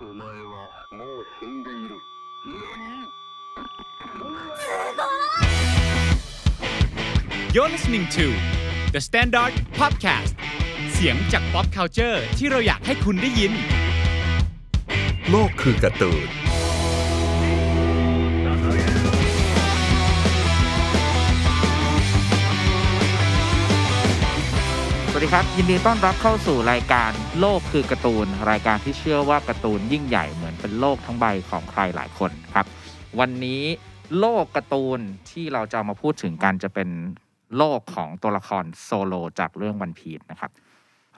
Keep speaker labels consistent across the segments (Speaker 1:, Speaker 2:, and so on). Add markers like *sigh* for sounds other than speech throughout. Speaker 1: お前はもう死んでいる。何
Speaker 2: You're listening to The Standard Podcast เสียงจาก pop culture ที่เราอยากให้คุณได้ยิน
Speaker 3: โลกคือการ์ตูน
Speaker 4: สวัสดีครับ ยินดีต้อนรับเข้าสู่รายการโลกคือการ์ตูน รายการที่เชื่อว่าการ์ตูนยิ่งใหญ่เหมือนเป็นโลกทั้งใบของใครหลายคนครับ วันนี้โลกการ์ตูนที่เราจะเอามาพูดถึงกันจะเป็นโลกของตัวละครโซโลจากเรื่องวันพีชนะครับ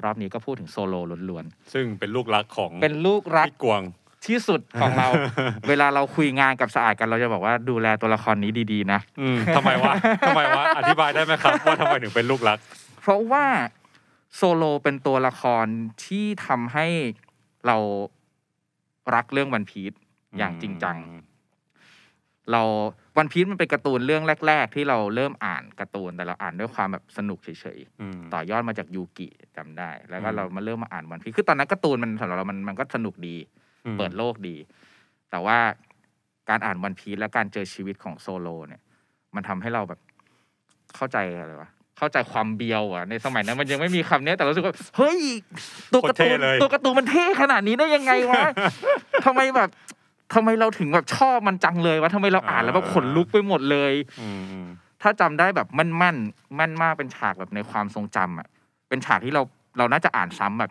Speaker 4: รอบนี้ก็พูดถึงโซโลล้วน
Speaker 5: ซึ่งเป็นลูกรักของ
Speaker 4: ๆ เป็นลูกรัก
Speaker 5: พี่กวาง
Speaker 4: ที่สุดของเรา เวลาเราคุยงานกับสะอาดกันเราจะบอกว่าดูแลตัวละครนี้ดีๆนะ
Speaker 5: อืมทำไม
Speaker 4: *laughs*
Speaker 5: วะ ทำไมวะ อธิบายได้ไหมครับ ว่าทำไมถึงเป็นลูกรัก
Speaker 4: เพราะว่าโซโลเป็นตัวละครที่ทำให้เรารักเรื่องวันพีชอย่างจริงจัง เราวันพีชมันเป็นการ์ตูนเรื่องแรก ๆ ที่เราเริ่มอ่านการ์ตูนแต่เราอ่านด้วยความแบบสนุกเฉย
Speaker 5: อืม
Speaker 4: ๆต่อยอดมาจากยูกิจำได้ แล้วก็
Speaker 5: อืม
Speaker 4: เรามาเริ่มมาอ่านวันพีชคือตอนนั้นการ์ตูนมันสำหรับเรามันมันก็สนุกดี
Speaker 5: อืม
Speaker 4: เปิดโลกดี แต่ว่าการอ่านวันพี e และการเจอชีวิตของโซโลเนี่ย มันทำให้เราแบบเข้าใจอะไรวะ เข้าใจความเบียวอะในสมัยนั้นมันยังไม่มีคำเนี้ยแต่เรารู้สึกว่า เฮ้ย ตัวการ์ตูนตัวการ์ตูนมันเท่ขนาดนี้ได้ยังไง *laughs* วะ ทำไมแบบทำไมเราถึงแบบชอบมันจังเลยวะทำไมเราอ่านแล้วแบบขนลุกไปหมดเลย
Speaker 5: อืมอืม
Speaker 4: ถ้าจำได้แบบมั่นมั่นๆมั่นมากเป็นฉากแบบในความทรงจำอะเป็นฉากที่เราเราน่าจะอ่านซ้ำแบบ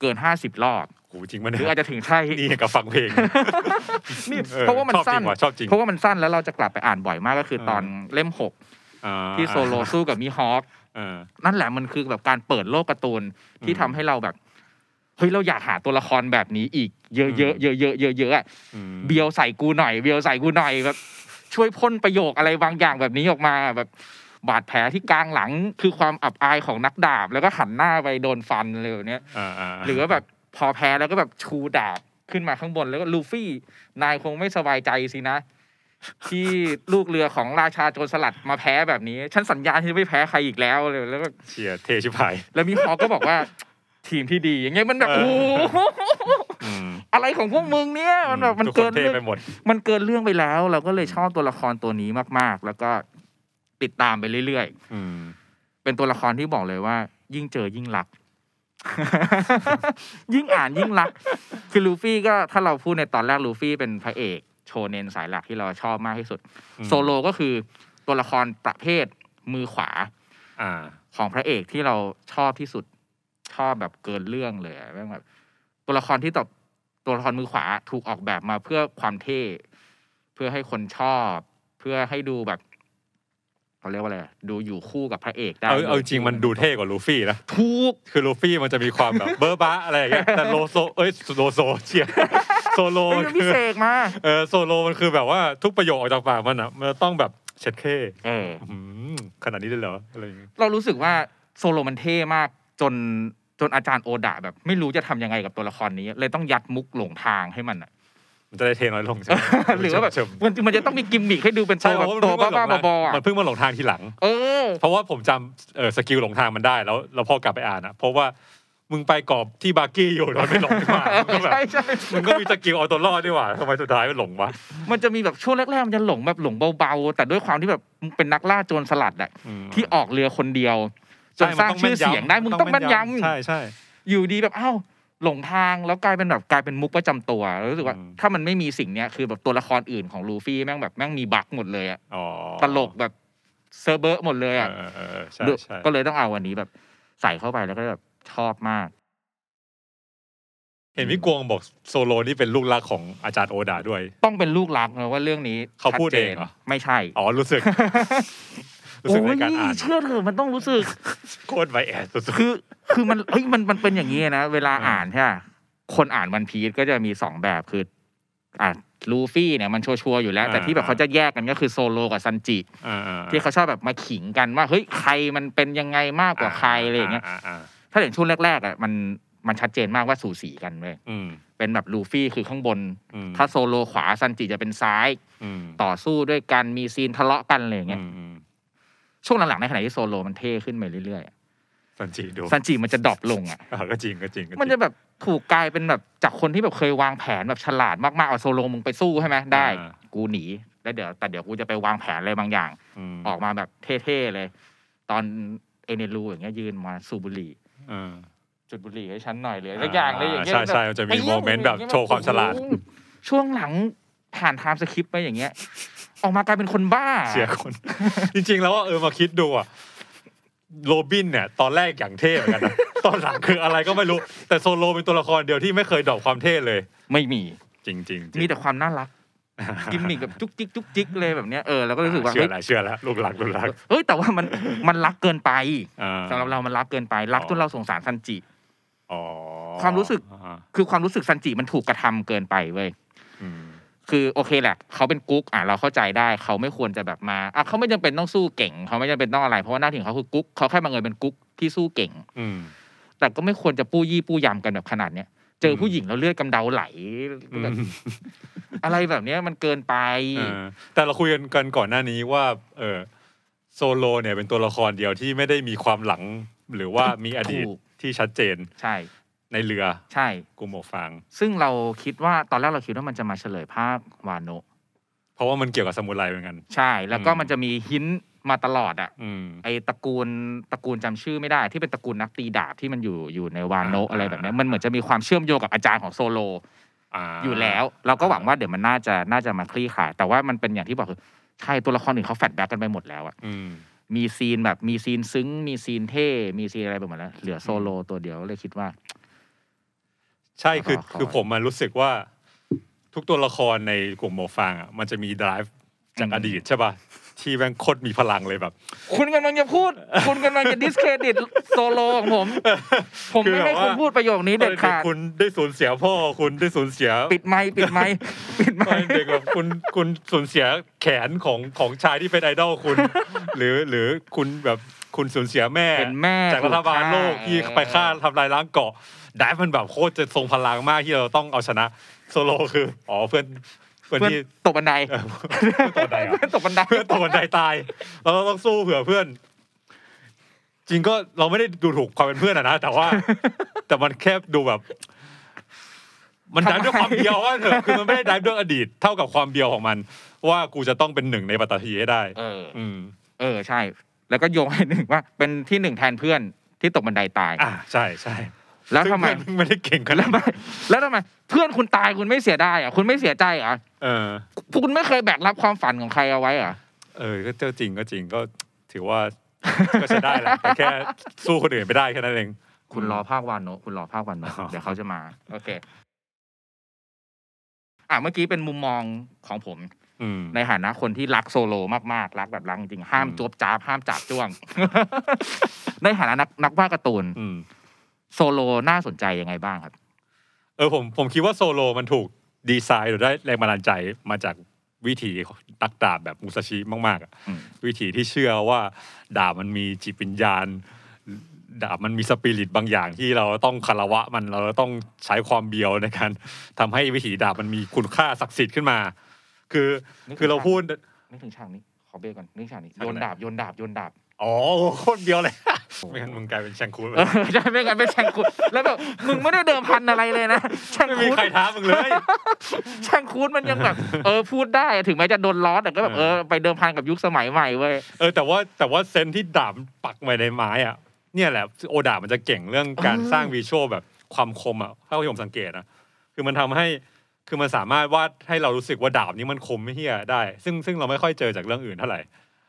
Speaker 4: เกินห้าสิบรอบ
Speaker 5: โหจริงมัน
Speaker 4: ห
Speaker 5: เนี่
Speaker 4: รืออาจ
Speaker 5: ย
Speaker 4: จะถึงใช่
Speaker 5: นี่กับฟังเพลง
Speaker 4: นี่
Speaker 5: ออ
Speaker 4: เพราะว่ามัน
Speaker 5: ชอบจ
Speaker 4: สั้
Speaker 5: ริ
Speaker 4: น
Speaker 5: งว่ะชอบจริง
Speaker 4: เพราะว่ามันสั้นแล้วเราจะกลับไปอ่านบ่อยมากก็คือ
Speaker 5: เออ
Speaker 4: ตอนเล่มหก
Speaker 5: อ่า
Speaker 4: ที่โซโลสู้กับมิฮอค
Speaker 5: เออ
Speaker 4: นั่นแหละมันคือแบบการเปิดโลกการ์ตูนที่
Speaker 5: อืม
Speaker 4: ทำให้เราแบบเฮ้ยเราอยากหาตัวละครแบบนี้อีก เยอะๆ
Speaker 5: อื
Speaker 4: เยอะ
Speaker 5: ม
Speaker 4: ๆเยอะๆเยอะๆอะ
Speaker 5: อืม
Speaker 4: เบียวใส่กูหน่อยเบียวใส่กูหน่อยแบบ ช่วยพ่นประโยคอะไรบางอย่างแบบนี้ออกมาแบบ บาดแผลที่กลางหลังคือความอับอายของนักดาบ แล้วก็หันหน้าไปโดนฟันอะไรแบบเนี้ย
Speaker 5: อ่าา
Speaker 4: หรือว่าแบบพอแพ้แล้วก็แบบชูดาบขึ้นมาข้างบนแล้วก็ลูฟี่นายคงไม่สบายใจสินะ ที่ลูกเรือของราชาโจรสลัดมาแพ้แบบนี้ ฉันสัญญาที่จะไม่แพ้ใครอีกแล้วเลยแล้วก็
Speaker 5: เชียร์เทชิบหาย
Speaker 4: แล้วมีฮอคก็บอกว่า ทีมที่ดี อย่างเงี้ยมันแบบ
Speaker 5: เออ
Speaker 4: โอ้โห
Speaker 5: อืม
Speaker 4: อะไรของพวกมึงเนี่ยมันแบบมัน
Speaker 5: ทุค
Speaker 4: เกิน
Speaker 5: เท่
Speaker 4: เรื่อง
Speaker 5: ไปหมด
Speaker 4: มันเกินเรื่องไปแล้ว เราก็เลยชอบตัวละครตัวนี้มาก ๆ แล้วก็ติดตามไปเรื่อย ๆ
Speaker 5: อืม
Speaker 4: เป็นตัวละครที่บอกเลยว่า ยิ่งเจอยิ่งรัก *laughs* ยิ่งอ่านยิ่งรัก คือลูฟี่ก็ถ้าเราพูดในตอนแรกลูฟี่เป็นพระเอก โชเนนสายหลักที่เราชอบมากที่สุด
Speaker 5: อืม
Speaker 4: โซโลก็คือตัวละครประเภทมือขวา
Speaker 5: อ่า
Speaker 4: ของพระเอกที่เราชอบที่สุด ชอบแบบเกินเรื่องเลยอะแม่งแบบตัวละครที่ตอบตัวละครมือขวาถูกออกแบบมาเพื่อความเท่เพื่อให้คนชอบ เพื่อให้ดูแบบเขาเรียกว่าอะไรอะดูอยู่คู่กับพระเอกได้
Speaker 5: เอาเอาจริงมันดูเท่กว่าลูฟี่นะ
Speaker 4: ถูก
Speaker 5: คือลูฟี่มันจะมีความแบบเบอร์บ้าอะไรอย่างเงี้ย แต่โลโซ เอ้ยโลโซเชียร์โซโล
Speaker 4: เอ้ย
Speaker 5: มัน
Speaker 4: พี่
Speaker 5: คือ
Speaker 4: เสกมา
Speaker 5: เออโซโลมันคือแบบว่าทุกประโยคออกจากปากมันอ่ะมันต้องแบบเช็ดเข้
Speaker 4: เออ
Speaker 5: อื้อหือขนาดนี้เลยเหรออะไรอย่างเงี้ย
Speaker 4: เรารู้สึกว่าโซโลมันเท่มากจนจนอาจารย์โอดะแบบ ไม่รู้จะทำยังไงกับตัวละครนี้ เลยต้องยัดมุกหลงทางให้มันอะ
Speaker 5: มันจะได้เทน้อยลงใช่ไหม
Speaker 4: หรือว่าแบบ
Speaker 5: เชิม
Speaker 4: มันมันจะต้องมีกิมมิคให้ดูเป็น
Speaker 5: ใช่
Speaker 4: ตัวแบบ
Speaker 5: เพระ
Speaker 4: ตั
Speaker 5: มัน
Speaker 4: ว
Speaker 5: เพิ่งมห
Speaker 4: บ้า
Speaker 5: ลงทง
Speaker 4: ๆบอๆอะ
Speaker 5: มันเพิ่งมาหลงทางทีหลัง
Speaker 4: เออ
Speaker 5: เพราะว่าผมจำเออสกิลหลงทางมันได้แล้วแล้วพอกลับไปอ่านอ่ะเพราะว่ามึงไปกรอบที่บาร์กี้อยู่แล้วไม่หลงมามัน
Speaker 4: *laughs*
Speaker 5: ก็แบบ
Speaker 4: ใช่ใช่
Speaker 5: มันก็มีสกิลเอาตัวรอดด้วยว่ะทำไมสุดท้ายมันหลงวะ
Speaker 4: มันจะมีแบบช่วงแรกๆมันจะหลงแบบหลงเบาๆ แต่ด้วยความที่แบบมึงเป็นนักล่าโจรสลัดอะ
Speaker 5: อืม
Speaker 4: ที่ออกเรือคนเดียวจน
Speaker 5: ใช่
Speaker 4: ส
Speaker 5: มั
Speaker 4: ร้าง
Speaker 5: ต้
Speaker 4: ชื่อเสียงได้มึงต้องแม่นยำ
Speaker 5: ใช่ใช่
Speaker 4: อยู่ดีแบบอ้าวหลงทางแล้วกลายเป็นแบบกลายเป็นมุกประจำตัวแล้วรู้สึกว่า
Speaker 5: อืม
Speaker 4: ถ้ามันไม่มีสิ่งเนี้ยคือแบบตัวละครอื่นของลูฟี่แม่งแบบแม่งมีบั๊กหมดเลยอะ
Speaker 5: อ๋อ
Speaker 4: ตลกแบบเซอร์เบอร์หมดเลยอะ
Speaker 5: เออเออเออใช่ใช่
Speaker 4: ก็เลยต้องเอาวันนี้แบบใส่เข้าไปแล้วก็แบบชอบมาก
Speaker 5: เห็นพี่กวงบอกโซโลนี่เป็นลูกรักของอาจารย์โอดาด้วย
Speaker 4: ต้องเป็นลูกรักนะว่าเรื่องนี้
Speaker 5: เขาพูด
Speaker 4: ชัจน
Speaker 5: เองเหรอ
Speaker 4: ไม่ใช่
Speaker 5: อ๋อรู้ *laughs* สึก รู้
Speaker 4: โอ้
Speaker 5: สึกใน
Speaker 4: ย
Speaker 5: การอ่าน
Speaker 4: เชื่อเถอะมันต้องรู้สึก
Speaker 5: โคตรไวแอดสุด
Speaker 4: คือคือมันเฮ้ยมันมันเป็นอย่างนี้นะ เวลา
Speaker 5: เอออ่
Speaker 4: อ่านใช่ปะคนอ่านวันพีซก็จะมีสองแบบคืออ่ะลูฟี่เนี่ยมันชัวร์ๆอยู่แล้ว แต่ที่แบบเขาจะแยกกันก็คือโซโลกับซันจิ
Speaker 5: ๆอ่าๆ
Speaker 4: ที่เขาชอบแบบมาขิงกันว่าเฮ้ยใครมันเป็นยังไงมากกว่าใครอะไรอย่างเงี้ย
Speaker 5: าๆ
Speaker 4: ถ้าเห็นช่วงแรกๆอ่ะมันมันชัดเจนมากว่าสูสีกันเลย
Speaker 5: ๆอืม
Speaker 4: เป็นแบบลูฟี่คือข้างบน
Speaker 5: อืม
Speaker 4: ถ้าโซโลขวาซันจิจะเป็นซ้าย
Speaker 5: อืม
Speaker 4: ต่อสู้ด้วยกันมีซีนทะเลาะกันอะไรอย่างเงี้ย
Speaker 5: อืม
Speaker 4: ช่วงหลังๆในขณะที่โซโลมันเท่ขึ้นไปเรื่อยๆอะ
Speaker 5: ซันจิดู
Speaker 4: ซันจิมันจะดรอปลงอ่ะ
Speaker 5: อ่าก็จริงก็จริงก็จริง
Speaker 4: มันจะแบบถูกกลายเป็นแบบจากคนที่แบบเคยวางแผนแบบฉลาดมากๆเอาโซโลมึงไปสู้ใช่ไหมได้ กูหนีแล้วเดี๋ยวแต่เดี๋ยวกูจะไปวางแผนอะไรบางอย่าง
Speaker 5: ม
Speaker 4: ออกมาแบบเท่ๆเลย ตอนเอเนรูอย่างเงี้ยยืนมาสูบบุหรี่
Speaker 5: อ่า
Speaker 4: จุดบุหรี่ให้ฉันหน่อยเลยสักอย่างเลยอย่างเงี้ย
Speaker 5: อ่าใช่ใช่มันจะมี
Speaker 4: ไอ้เหี้ย
Speaker 5: moment แบบโชว์ความฉลาด
Speaker 4: โอ้โหช่วงหลังผ่านไทม์สคริปต์ไปอย่างเงี้ย ออกมากลายเป็นคนบ้า
Speaker 5: เสียคน *laughs* จริง ๆ แล้วเออมาคิดดูอะโรบินเนี่ย ตอนแรกอย่างเท่เหมือนกันนะ *laughs* ตอนหลังคืออะไรก็ไม่รู้ แต่โซโลเป็นตัวละครเดียวที่ไม่เคยดรอปความเท่เลย
Speaker 4: ไม่มี
Speaker 5: จริงๆจริง
Speaker 4: มีแต่ความน่ารัก กิมมิกแบบจุกจิกจุกจิกเลยแบบเนี้ยเออแล้วก็รู้สึกว่า
Speaker 5: เชื่อ
Speaker 4: เฮ้
Speaker 5: ย แล้วเชื่อแล้วลูกหลักลูกหลัก
Speaker 4: เฮ้ยแต่ว่ามันมันรักเกินไป
Speaker 5: อ่
Speaker 4: สำหรับเรามันรักเกินไปรักจนเราสงสารซันจิ
Speaker 5: อ๋อ
Speaker 4: ความรู้สึก
Speaker 5: อ่า
Speaker 4: คือความรู้สึกซันจิมันถูกกระทำเกินไปเว้ย
Speaker 5: อืม
Speaker 4: คือโอเคแหละเขาเป็นกุ๊กอ่ะเราเข้าใจได้เขาไม่ควรจะแบบมาอ่ะเขาไม่จำเป็นต้องสู้เก่งเขาไม่จำเป็นต้องอะไรเพราะว่าหน้าที่ของเขาคือกุ๊กเขาแค่มาเงินเป็นกุ๊กที่สู้เก่ง
Speaker 5: อืม
Speaker 4: แต่ก็ไม่ควรจะปู้ยี่ปู้ยำกันแบบขนาดเนี้ยเจออ
Speaker 5: ม
Speaker 4: ผู้หญิงแล้วเลือดกำเดาไหลแบบอะไรแบบเนี้ยมันเกินไป
Speaker 5: เออแต่เราคุยกันกันก่อนหน้านี้ว่า เออโซโลเนี่ยเป็นตัวละครเดียวที่ไม่ได้มีความหลัง หรือว่ามีอดีต
Speaker 4: ถูก
Speaker 5: ที่ชัดเจน
Speaker 4: ใช่
Speaker 5: ในเรือ
Speaker 4: ใช่
Speaker 5: กุมโอฟาง
Speaker 4: ซึ่งเราคิดว่าตอนแรกเราคิดว่ามันจะมาเฉลยภาควานโนะ
Speaker 5: เพราะว่ามันเกี่ยวกับสมุไรเหมือนกัน
Speaker 4: ใช่แล้วก็
Speaker 5: อืม
Speaker 4: มันจะมีหินมาตลอดอ่ะ
Speaker 5: อืม
Speaker 4: ไอตระกูลตระกูลจำชื่อไม่ได้ ที่เป็นตระกูลนักตีดาบที่มันอยู่อยู่ในวานโนะ
Speaker 5: อ่า
Speaker 4: อะไรแบบเนี้ยมันเหมือนจะมีความเชื่อมโยงกับอาจารย์ของโซโล
Speaker 5: อ่า
Speaker 4: อยู่แล้วเราก็หวังว่าเดี๋ยวมันน่าจะน่าจะมาคลี่คลายแต่ว่ามันเป็นอย่างที่บอกคือใช่ตัวละครอื่นเขาแฟลชแบ็กกันไปหมดแล้วอะ
Speaker 5: อืม
Speaker 4: มีซีนแบบมีซีนซึ้ง มีซีนเท่ มีซีนอะไรไปหมดแล้ว เหลือโซโลตัวเดียวเลยคิดว่า
Speaker 5: ใช่คือ
Speaker 4: ขอขอ
Speaker 5: คือผมมารู้สึกว่า ทุกตัวละครในกลุ่มโมฟางอ่ะมันจะมีด i v e จาก
Speaker 4: อืม
Speaker 5: อดีตใช่ป่ะ ที่แม่งโคตรมีพลังเลยแบบ
Speaker 4: คุณกำลังจะพูด คุณกำลังจะดิสเครดิตโซโลของผม ผม
Speaker 5: คือ
Speaker 4: ไม่ให้
Speaker 5: แบบว่า
Speaker 4: คุณพูดประโยคนี้เด็ดขาด
Speaker 5: คุณได้สูญเสียพ่อคุณได้สูญเสีย
Speaker 4: ปิดไมค์ปิดไมค์ปิดไม
Speaker 5: ตอน
Speaker 4: ค์
Speaker 5: เด็กแบบคุณคุณสูญเสียแขนของของชายที่เป็นไอดอลคุณ *laughs* หรือหรือคุณแบบคุณสูญเสียแม่
Speaker 4: เป็นแม่
Speaker 5: จากรัฐบาลโลกที่ไปฆ่าทำลายล้างเกาะด i v e มันแบบโคตรจะทรงพลังมากที่เราต้องเอาชนะโซโลคืออ๋อเพื่อนเพื่อน
Speaker 4: เพื่อน
Speaker 5: ที่
Speaker 4: ตกบันได
Speaker 5: เออเพื่อนตกบันไดเหรอ *laughs*
Speaker 4: เพื่อนตกบันได
Speaker 5: เพื่อนต *laughs* กบันไดตาย เราต้องสู้เผื่อเพื่อน จริงก็เราไม่ได้ดูถูกความเป็นเพื่อนอะนะแต่
Speaker 4: *laughs*
Speaker 5: ว่า แต่มันแค่ดูแบบ มันดับด้วยความเบียวว่าเถอะคือมันไม่ได้ดับด้วยอดีต เท่ากับความเบียวของมัน ว่ากูจะต้องเป็นหนึ่งในปัตตภีให้ได้
Speaker 4: เออ
Speaker 5: อืม
Speaker 4: เออใช่ แล้วก็โยงให้หนึ่งว่าเป็นที่หนึ่งแทนเพื่อนที่ตกบันไดตาย
Speaker 5: อ่าใช่ใช่
Speaker 4: แล้วทำไม
Speaker 5: ซึ่งเพื่อนงไม่ได้เก่งขนาว ด
Speaker 4: แล้ทำไมแล้วทำไมเพื่อนคุณตายคุณไม่เสียดายเหรอ่ะคุณไม่เสียใจเหรอ่ะ
Speaker 5: เออ
Speaker 4: คุณไม่เคยแบกรับความฝันของใครเอาไว้เหรอ่ะ
Speaker 5: เออก็เจ้าจริงก็จริงก็ถือว่า ก็ใช้ได้แหละแต่แค่สู้คนอื่นไม่ได้แค่นั้นเอง
Speaker 4: คุณรอภาควันเนอะคุณรอภาควันเนอะ
Speaker 5: อ๋อ
Speaker 4: เดี๋ยวเขาจะมา โอเค อ่ะเมื่อกี้เป็นมุมมองของผม
Speaker 5: อืม
Speaker 4: ในฐานะคนที่รักโซโลมากๆ รักแบบรักจริงๆห้าม
Speaker 5: อืม
Speaker 4: จวบจ้าบห้ามจับจ้วง *laughs* ในฐานะนักนักวาดการ์ตูน
Speaker 5: อืม
Speaker 4: โซโลน่าสนใจยังไงบ้างครับ
Speaker 5: เออผมผมคิดว่าโซโลมันถูกดีไซน์หรือได้แรงบันดาลใจมาจากวิถีตักดาบแบบมุสชิมากๆอะ
Speaker 4: อืม
Speaker 5: วิถีที่เชื่อว่าดาบมันมีจิตวิญญาณ ดาบมันมีสปิริตบางอย่างที่เราต้องคารวะมันเราต้องใช้ความเบียวในการทำให้วิถีดาบมันมีคุณค่าศักดิ์สิทธิ์ขึ้นมา คือคือเราพูด
Speaker 4: นึกถึงฉากนี้ขอเบรกก่อนนึกถึงฉากนี้
Speaker 5: ฉาก
Speaker 4: โยน
Speaker 5: ไหน
Speaker 4: ดาบโยนดาบโยนดาบ
Speaker 5: อ๋อโคตรเบียวเลย ไม่งั้นมึงกลายเป็นแชงคูดไป
Speaker 4: เออใช่ไม่งั้นเป็นแชงคูดแล้วแบบมึงไม่ได้เดิมพันอะไรเลยนะแชง
Speaker 5: ไม่มี
Speaker 4: คูด
Speaker 5: ใครท้ามึงเลย
Speaker 4: แชงคูดมันยังแบบ เออพูดได้ถึงแม้จะโดนล้อแต่ก็แบบเออไปเดิมพันกับยุคสมัยใหม่เว้ย
Speaker 5: เออแต่ว่าแต่ว่าเซนส์ที่ดาบปักไว้ในไม้อ่ะเนี่ยแหละโอดาบมันจะเก่งเรื่องการสร้างวิชวลแบบความคมอ่ะถ้าที่ผมสังเกตนะคือมันทำให้คือมันสามารถวาดให้เรารู้สึกว่าดาบนี้มันคมไม่เฮียได้ ซึ่งซึ่งเราไม่ค่อยเจอจากเรื่องอื่นเท่าไหร่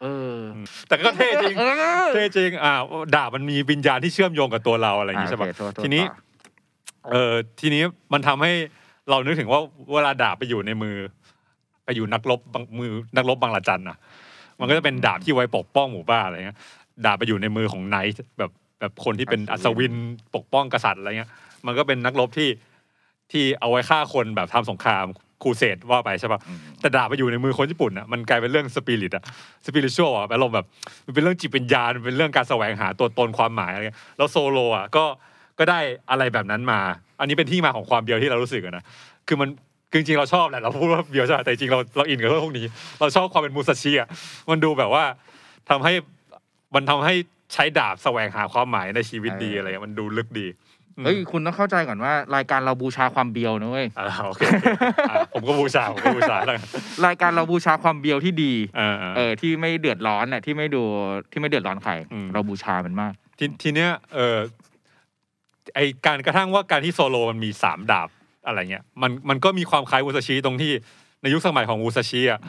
Speaker 4: เออ
Speaker 5: อืมแต่ก็เท่จริง *laughs*
Speaker 4: เออ
Speaker 5: เท่จริงอ่าดาบมันมีวิญญาณที่เชื่อมโยงกับตัวเราอะไรอย่างนี้ใช่ปะ
Speaker 4: โอเคโทษโษ
Speaker 5: ทีนี้
Speaker 4: ต่อ
Speaker 5: เออทีนี้มันทำให้เรานึกถึงว่าเวลาดาบไปอยู่ในมือ ไปอยู่นักรบบางมือนักรบบางละจันนะมันก็จะเป็นดาบที่ไว้ปกป้องหมู่บ้านอะไรเงี้ยดาบไปอยู่ในมือของไนท์แบบแบบคนที่เป็นอัศวินปกป้องกษัตริย์อะไรเงี้ย มันก็เป็นนักรบที่ที่เอาไว้ฆ่าคนแบบทำสงครามครูเสดว่าไปใช่ปะ
Speaker 4: อืม
Speaker 5: แต่ดาบไปอยู่ในมือคนญี่ปุ่นอ่ะมันกลายเป็นเรื่องสปิริตอ่ะสปิริตชั่วอ่ะอารมณ์แบบมันเป็นเรื่องจิตวิญญาณมันเป็นเรื่องการแสวงหาตัวตนความหมายอะไรเงี้ยแล้วโซโลอ่ะก็ก็ได้อะไรแบบนั้นมา อันนี้เป็นที่มาของความเบียวที่เรารู้สึกอะนะคือมันคือจริงๆเราชอบแหละเราพูดว่าเบียวใช่ปะแต่จริงๆเราเราอินกับเรื่องพวกนี้ เราชอบความเป็นมูซาชิอ่ะมันดูแบบว่าทำให้มันทำให้ ใช้ดาบแสวงหาความหมายในชีวิตดี
Speaker 4: เอออ
Speaker 5: อะไรเงี้ยมันดูลึกดีอืม
Speaker 4: เฮ้ยคุณต้องเข้าใจก่อนว่ารายการเราบูชาความเบียวนะเว้ย
Speaker 5: อ่าโอเคโอเคอ่ะผมก็บูชาผมก็บูชาแล้วกัน
Speaker 4: รายการเราบูชาความเบียวที่ดี
Speaker 5: เออเออ
Speaker 4: เออที่ไม่เดือดร้อนน่ะที่ไม่ดูที่ไม่เดือดร้อนใคร
Speaker 5: อืม
Speaker 4: เราบูชามันมาก
Speaker 5: ทีทีเนี้ยเออไอการกระทั่งว่าการที่โซโลมันมีสามดาบอะไรเงี้ยมันมันก็มีความคล้ายวูซาชิตรงที่ในยุคสมัยของวูซาชิอ่ะ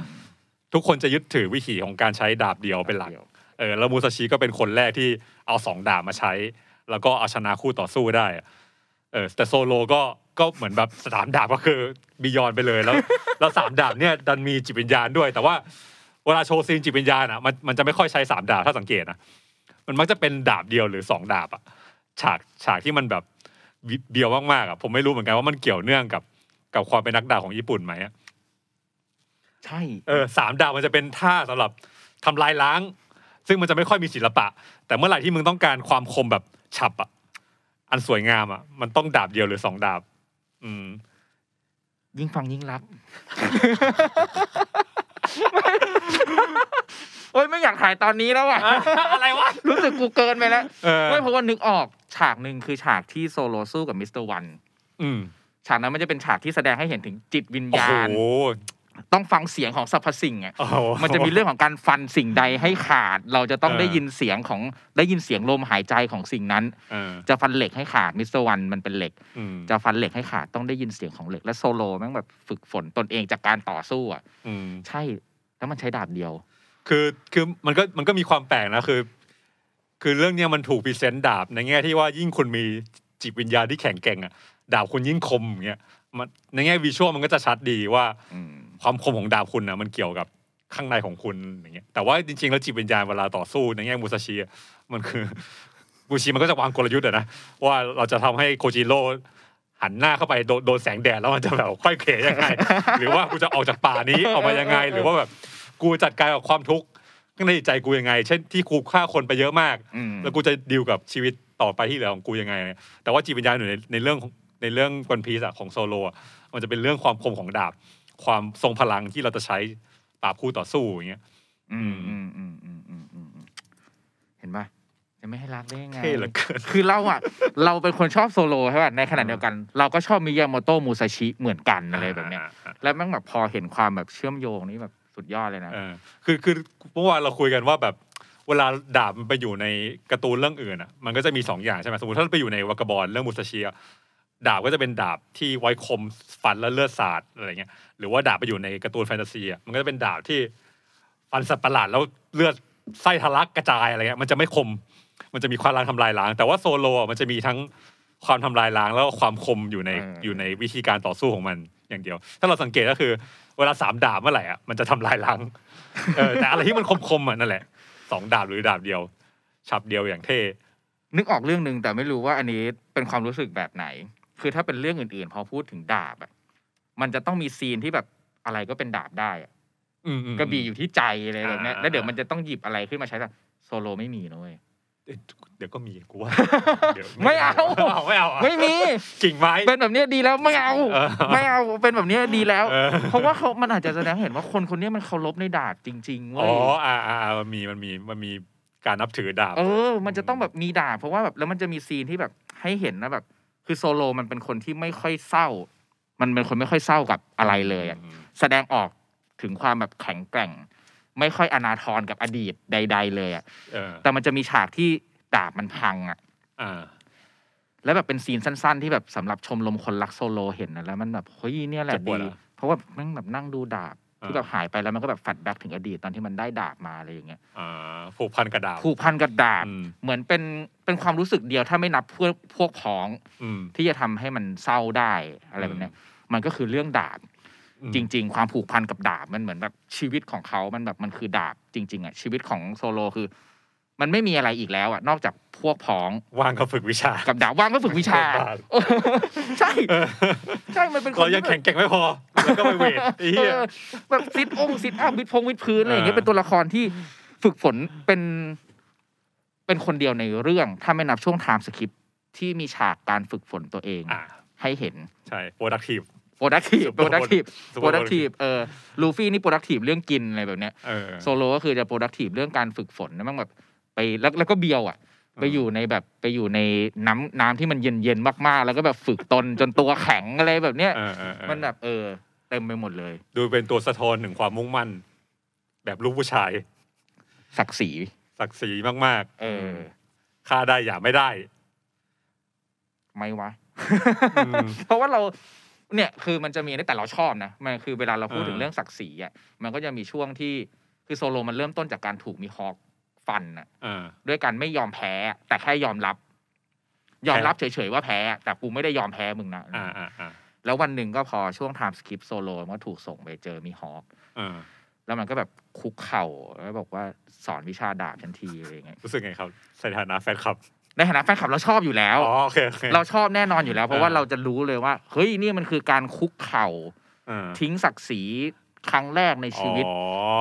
Speaker 5: ทุกคนจะยึดถือวิถีของการใช้ดาบเดียวเป็นหลัก เออแล้วมูซาชิก็เป็นคนแรกที่เอาสองดาบมาใช้ แล้วก็เอาชนะคู่ต่อสู้ได้อะเออแต่โซโลก็ก็เหมือนแบบสามดาบก็คือบียอนไปเลยแล้ว แล้วสามดาบเนี่ยดันมีจิตวิญญาณด้วย แต่ว่าเวลาโชว์ซีนจิตวิญญาณอ่ะมันมันจะไม่ค่อยใช้สามดาบถ้าสังเกตนะมันมักจะเป็นดาบเดียวหรือสองดาบอ่ะฉากฉากที่มันแบบวิเบียวมากๆอ่ะผมไม่รู้เหมือนกันว่ามันเกี่ยวเนื่องกับกับความเป็นนักดาบของญี่ปุ่นไหมอะ
Speaker 4: ใช่
Speaker 5: เออสามดาวมันจะเป็นท่าสำหรับทำลายล้าง ซึ่งมันจะไม่ค่อยมีศิลปะ แต่เมื่อไหร่ที่มึงต้องการความคมแบบฉับอ่ะอันสวยงามอ่ะมันต้องดาบเดียวหรือสองดาบ อืม
Speaker 4: ยิ่งฟังยิ่งรัก *laughs* เอ้ยไม่อยากถ่ายตอนนี้แล้วอ่ะ
Speaker 5: อะไรวะ
Speaker 4: รู้สึกกูเกินไปแล้ว
Speaker 5: เออ
Speaker 4: ไม่เพราะว่านึกออกฉากหนึ่งคือฉากที่โซโลสู้กับมิสเตอร์วัน
Speaker 5: อืม
Speaker 4: ฉากนั้นมันจะเป็นฉากที่แสดงให้เห็นถึงจิตวิญ
Speaker 5: โอ้
Speaker 4: ญา
Speaker 5: โห
Speaker 4: ณ ต้องฟังเสียงของสรรพสิ่งอ่ะ
Speaker 5: โอ้โห
Speaker 4: มันจะมีเรื่องของการฟันสิ่งใดให้ขาด เราจะต้อง
Speaker 5: เออ
Speaker 4: ได้ยินเสียงของได้ยินเสียงลมหายใจของสิ่งนั้น
Speaker 5: เออ
Speaker 4: จะฟันเหล็กให้ขาดมิสเตอร์วันมันเป็นเหล็ก
Speaker 5: อืม
Speaker 4: จะฟันเหล็กให้ขาดต้องได้ยินเสียงของเหล็กและโซโลแม่งแบบฝึกฝนตนเองจากการต่อสู้อ่ะ
Speaker 5: อืม
Speaker 4: ใช่แล้วมันใช้ดาบเดียว
Speaker 5: คือคือมันก็มันก็มีความแปลกนะคือ คือเรื่องเนี้ยมันถูกพรีเซนต์ดาบในแง่ที่ว่ายิ่งคุณมีจิตวิญญาณที่แข็งแกร่งอ่ะดาบคุณยิ่งคมอย่างเงี้ยมันในแง่วิชวลมันก็จะชัดดีว่า
Speaker 4: อืม
Speaker 5: ความคมของดาบคุณนะมันเกี่ยวกับข้างในของคุณอย่างเงี้ยแต่ว่าจริงๆแล้วจิตวิญญาณเวลาต่อสู้ในแง่มูซาชิอะมันคือ มูซาชิมันก็จะวางกลยุทธ์อะนะว่าเราจะทำให้โคจิโร่หันหน้าเข้าไปโดนโดนแสงแดดแล้วมันจะแบบค่อยเขยยังไง *laughs* หรือว่ากูจะออกจากป่านี้ออกมายังไง หรือว่าแบบกูจัดการกับความทุกข์ข้างในใจกูยังไง เช่นที่กูฆ่าคนไปเยอะมาก
Speaker 4: อืม
Speaker 5: แล้วกูจะดีลกับชีวิตต่อไปที่เหลือของกูยังไงเนี่ยแต่ว่าจิตวิญญาณอยู่ในในเรื่องของในเรื่องวันพีซอะของโซโลอะมันจะเป็นเรื่องความคมของดาบ ความทรงพลังที่เราจะใช้ปราบคู่ต่อสู้อย่างเงี้ย
Speaker 4: อืมอืมอืมอืมอืมอืมอืมเห็นปะจะไม่ให้รักได้ยังไง
Speaker 5: เท่เหลือเกิน
Speaker 4: คือเราอ่ะ เราเป็นคนชอบโซโลใช่ป่ะในขณะเดียวกัน เราก็ชอบมิยาโมโตะมูซาชิเหมือนกันอะไรแบบเนี้ย แล้วแม่งแบบพอเห็นความแบบเชื่อมโยงนี่แบบสุดยอดเลยนะ
Speaker 5: เออคือคือเมื่อวานเราคุยกันว่าแบบเวลาดาบมันไปอยู่ในการ์ตูนเรื่องอื่นอ่ะมันก็จะมีสองอย่างใช่ไหมสมมติถ้าไปอยู่ในวากาบอลเรื่องมุสเชียดาบก็จะเป็นดาบที่ไว้คมฟันและเลือดสาดอะไรเงี้ยหรือว่าดาบไปอยู่ในการ์ตูนแฟนตาซีอ่ะมันก็จะเป็นดาบที่ฟันสัตว์ประหลาดแล้วเลือดไส้ทะลักกระจายอะไรเงี้ยมันจะไม่คม มันจะมีความล้างทำลายล้าง แต่ว่าโซโลอ่ะมันจะมีทั้งความทำลายล้างแล้วก็ความคมอยู่ใน
Speaker 4: เออ
Speaker 5: อ
Speaker 4: อ
Speaker 5: ยู่ในวิธีการต่อสู้ของมันอย่างเดียว ถ้าเราสังเกตก็คือ เวลาสามดาบเมื่อไหร่อ่ะมันจะทำลายล้าง เออแต่อะไรที่มันคมๆอ่ะนั่นแหละสองดาบหรือดาบเดียว ฉับเดียวอย่างเท่
Speaker 4: นึกออกเรื่องหนึ่งแต่ไม่รู้ว่าอันนี้เป็นความรู้สึกแบบไหน คือถ้าเป็นเรื่องอื่นๆ พอพูดถึงดาบอะมันจะต้องมีซีนที่แบบอะไรก็เป็นดาบได้อะ
Speaker 5: อืมๆ
Speaker 4: กระบี่อยู่ที่ใจอะไรแบบเนี้ย
Speaker 5: อ่า
Speaker 4: แล้วเดี๋ยวมันจะต้องหยิบอะไรขึ้นมาใช้แต่โซโลไม่มีนะเว้ย
Speaker 5: เอ้ยเดี๋ยวก็มีกูว่าดี๋ยว
Speaker 4: *laughs* ไม่เอา
Speaker 5: ไม่เอาอะ
Speaker 4: ไม่มี
Speaker 5: กิ่งไม้
Speaker 4: *laughs* เป็นแบบเนี้ยดีแล้วไม่เอา
Speaker 5: เออ
Speaker 4: ไม่เอาเป็นแบบเนี้ยดีแล้ว
Speaker 5: เออ
Speaker 4: เพราะว่าเขามันอาจจะแสดงให้เห็นว่าคนคนเนี้ยมันเคารพในดาบจริงๆ
Speaker 5: อ๋
Speaker 4: เว้
Speaker 5: อย อ่าอ่าอ่ามันมีมันมีมันมีการนับถือดาบ
Speaker 4: เออ มันจะต้องแบบมีดาบเพราะว่าแบบแล้วมันจะมีซีนที่แบบให้เห็นนะแบบ คือโซโลมันเป็นคนที่ไม่ค่อยเศร้า มันเป็นคนไม่ค่อยเศร้ากับอะไรเลยอะ แสดงออกถึงความแบบแข็งแกร่ง ไม่ค่อยอนาทรกับอดีตใด ๆ เลยอะ
Speaker 5: เออ
Speaker 4: แต่มันจะมีฉากที่ดาบมันพังอะ
Speaker 5: อ่า
Speaker 4: แล้วแบบเป็นซีนสั้น ๆ ที่แบบสำหรับชมรมคนรักโซโลเห็นนะแล้วมันแบบเฮ้ยเนี่ยแหละดีเพราะว่าแม่งแบบนั่งดูดาบที่แบบหายไปแล้วมันก็แบบแฟลชแบ็กถึงอดีตตอนที่มันได้ดาบมาอะไรอย่างเงี้ย
Speaker 5: อ่าผูกพันกับดาบ
Speaker 4: ผูกพันกับดาบ
Speaker 5: อืม
Speaker 4: เหมือนเป็นเป็นความรู้สึกเดียวถ้าไม่นับพวกพวกพ้อง
Speaker 5: อืม
Speaker 4: ที่จะทำให้มันเศร้าได้อะไรแบบเนี้ยมันก็คือเรื่องดาบ จริง ๆ ความผูกพันกับดาบมันเหมือนแบบชีวิตของเขา มันแบบมันคือดาบจริง ๆอ่ะชีวิตของโซโลคือ มันไม่มีอะไรอีกแล้วอ่ะนอกจากพวกพ้อง
Speaker 5: ว่างก็ฝึกวิชา
Speaker 4: กับดาบว่างก็ฝึกวิชา
Speaker 5: ดาบ
Speaker 4: เออใช่
Speaker 5: เออ
Speaker 4: ใช่มันเป็นคน
Speaker 5: เรายัง
Speaker 4: ที่
Speaker 5: แข็งแกร่งไม่พอ แล้วก็ไปเว
Speaker 4: *laughs*
Speaker 5: ทไอ้เหี้ย
Speaker 4: เออแบบซิดองซิดอัพวิดพงวิดพื้นอะไรอย่างเงี้ย
Speaker 5: เออ
Speaker 4: เป็นตัวละครที่ฝึกฝนเป็น เป็นคนเดียวในเรื่อง ถ้าไม่นับช่วงไทม์สคริปที่มีฉากการฝึกฝนตัวเอง
Speaker 5: อ่า
Speaker 4: ให้เห็น
Speaker 5: ใช่ productive
Speaker 4: โปรดักทีฟ
Speaker 5: Super
Speaker 4: โปรดักทีฟ
Speaker 5: Super
Speaker 4: โปรดักทีฟเออลูฟี่นี่โปรดักทีฟเรื่องกินอะไรแบบเนี้ย
Speaker 5: เออ
Speaker 4: โซโลก็คือจะ productive เรื่องการฝึกฝนนะมั่งแบบไป ไปแล้วแล้วก็เบียวอ่ะ ไปอยู่ในแบบไปอยู่ในน้ำน้ำที่มันเย็นเย็นๆมากๆ แล้วก็แบบฝึกตนจนตัวแข็งอะไรแบบเนี้ย
Speaker 5: เออเออเออ
Speaker 4: มันแบบเออ เต็มไปหมดเลย
Speaker 5: ดูเป็นตัวสะท้อนถึงความมุ่งมั่น แบบลูกผู้ชาย
Speaker 4: ศักดิ์ศรี
Speaker 5: ศักดิ์ศรีมาก
Speaker 4: เออ
Speaker 5: ๆฆ่าได้อย่าไม่ได้
Speaker 4: ไหม่วะ
Speaker 5: อืม
Speaker 4: เพราะว่าเราเนี่ยคือมันจะมีนะแต่เราชอบนะมันคือเวลาเราพูดถึง
Speaker 5: อ่า
Speaker 4: เรื่องศักดิ์ศรีอ่ะมันก็จะมีช่วงที่คือโซโลมันเริ่มต้นจากการถูกมีฮอคฟันอ่ะ
Speaker 5: เออ
Speaker 4: ด้วยการไม่ยอมแพ้ แต่แค่ยอมรับ ยอมรับเฉยๆว่าแพ้ แต่กูไม่ได้ยอมแพ้มึงนะ
Speaker 5: อ่าอ่าอ่า
Speaker 4: แล้ววันหนึ่งก็พอช่วงไทม์สคริปโซโลมันก็ถูกส่งไปเจอมีฮอค
Speaker 5: เออ
Speaker 4: แล้วมันก็แบบคุกเข่าแล้วบอกว่าสอนวิชาดาบทันทีอะไรเงี้ย
Speaker 5: รู้สึกไงครับในฐานะแฟนคลับ
Speaker 4: ในฐานะแฟนคลับเราชอบอยู่แล้ว
Speaker 5: อ๋อโอเคโอเค
Speaker 4: เราชอบแน่นอนอยู่แล้ว เพราะว่า
Speaker 5: อ่า
Speaker 4: เราจะรู้เลยว่า เฮ้ยนี่มันคือการคุกเข่า
Speaker 5: เออ
Speaker 4: ทิ้งศักดิ์ศรีครั้งแรกในชีวิต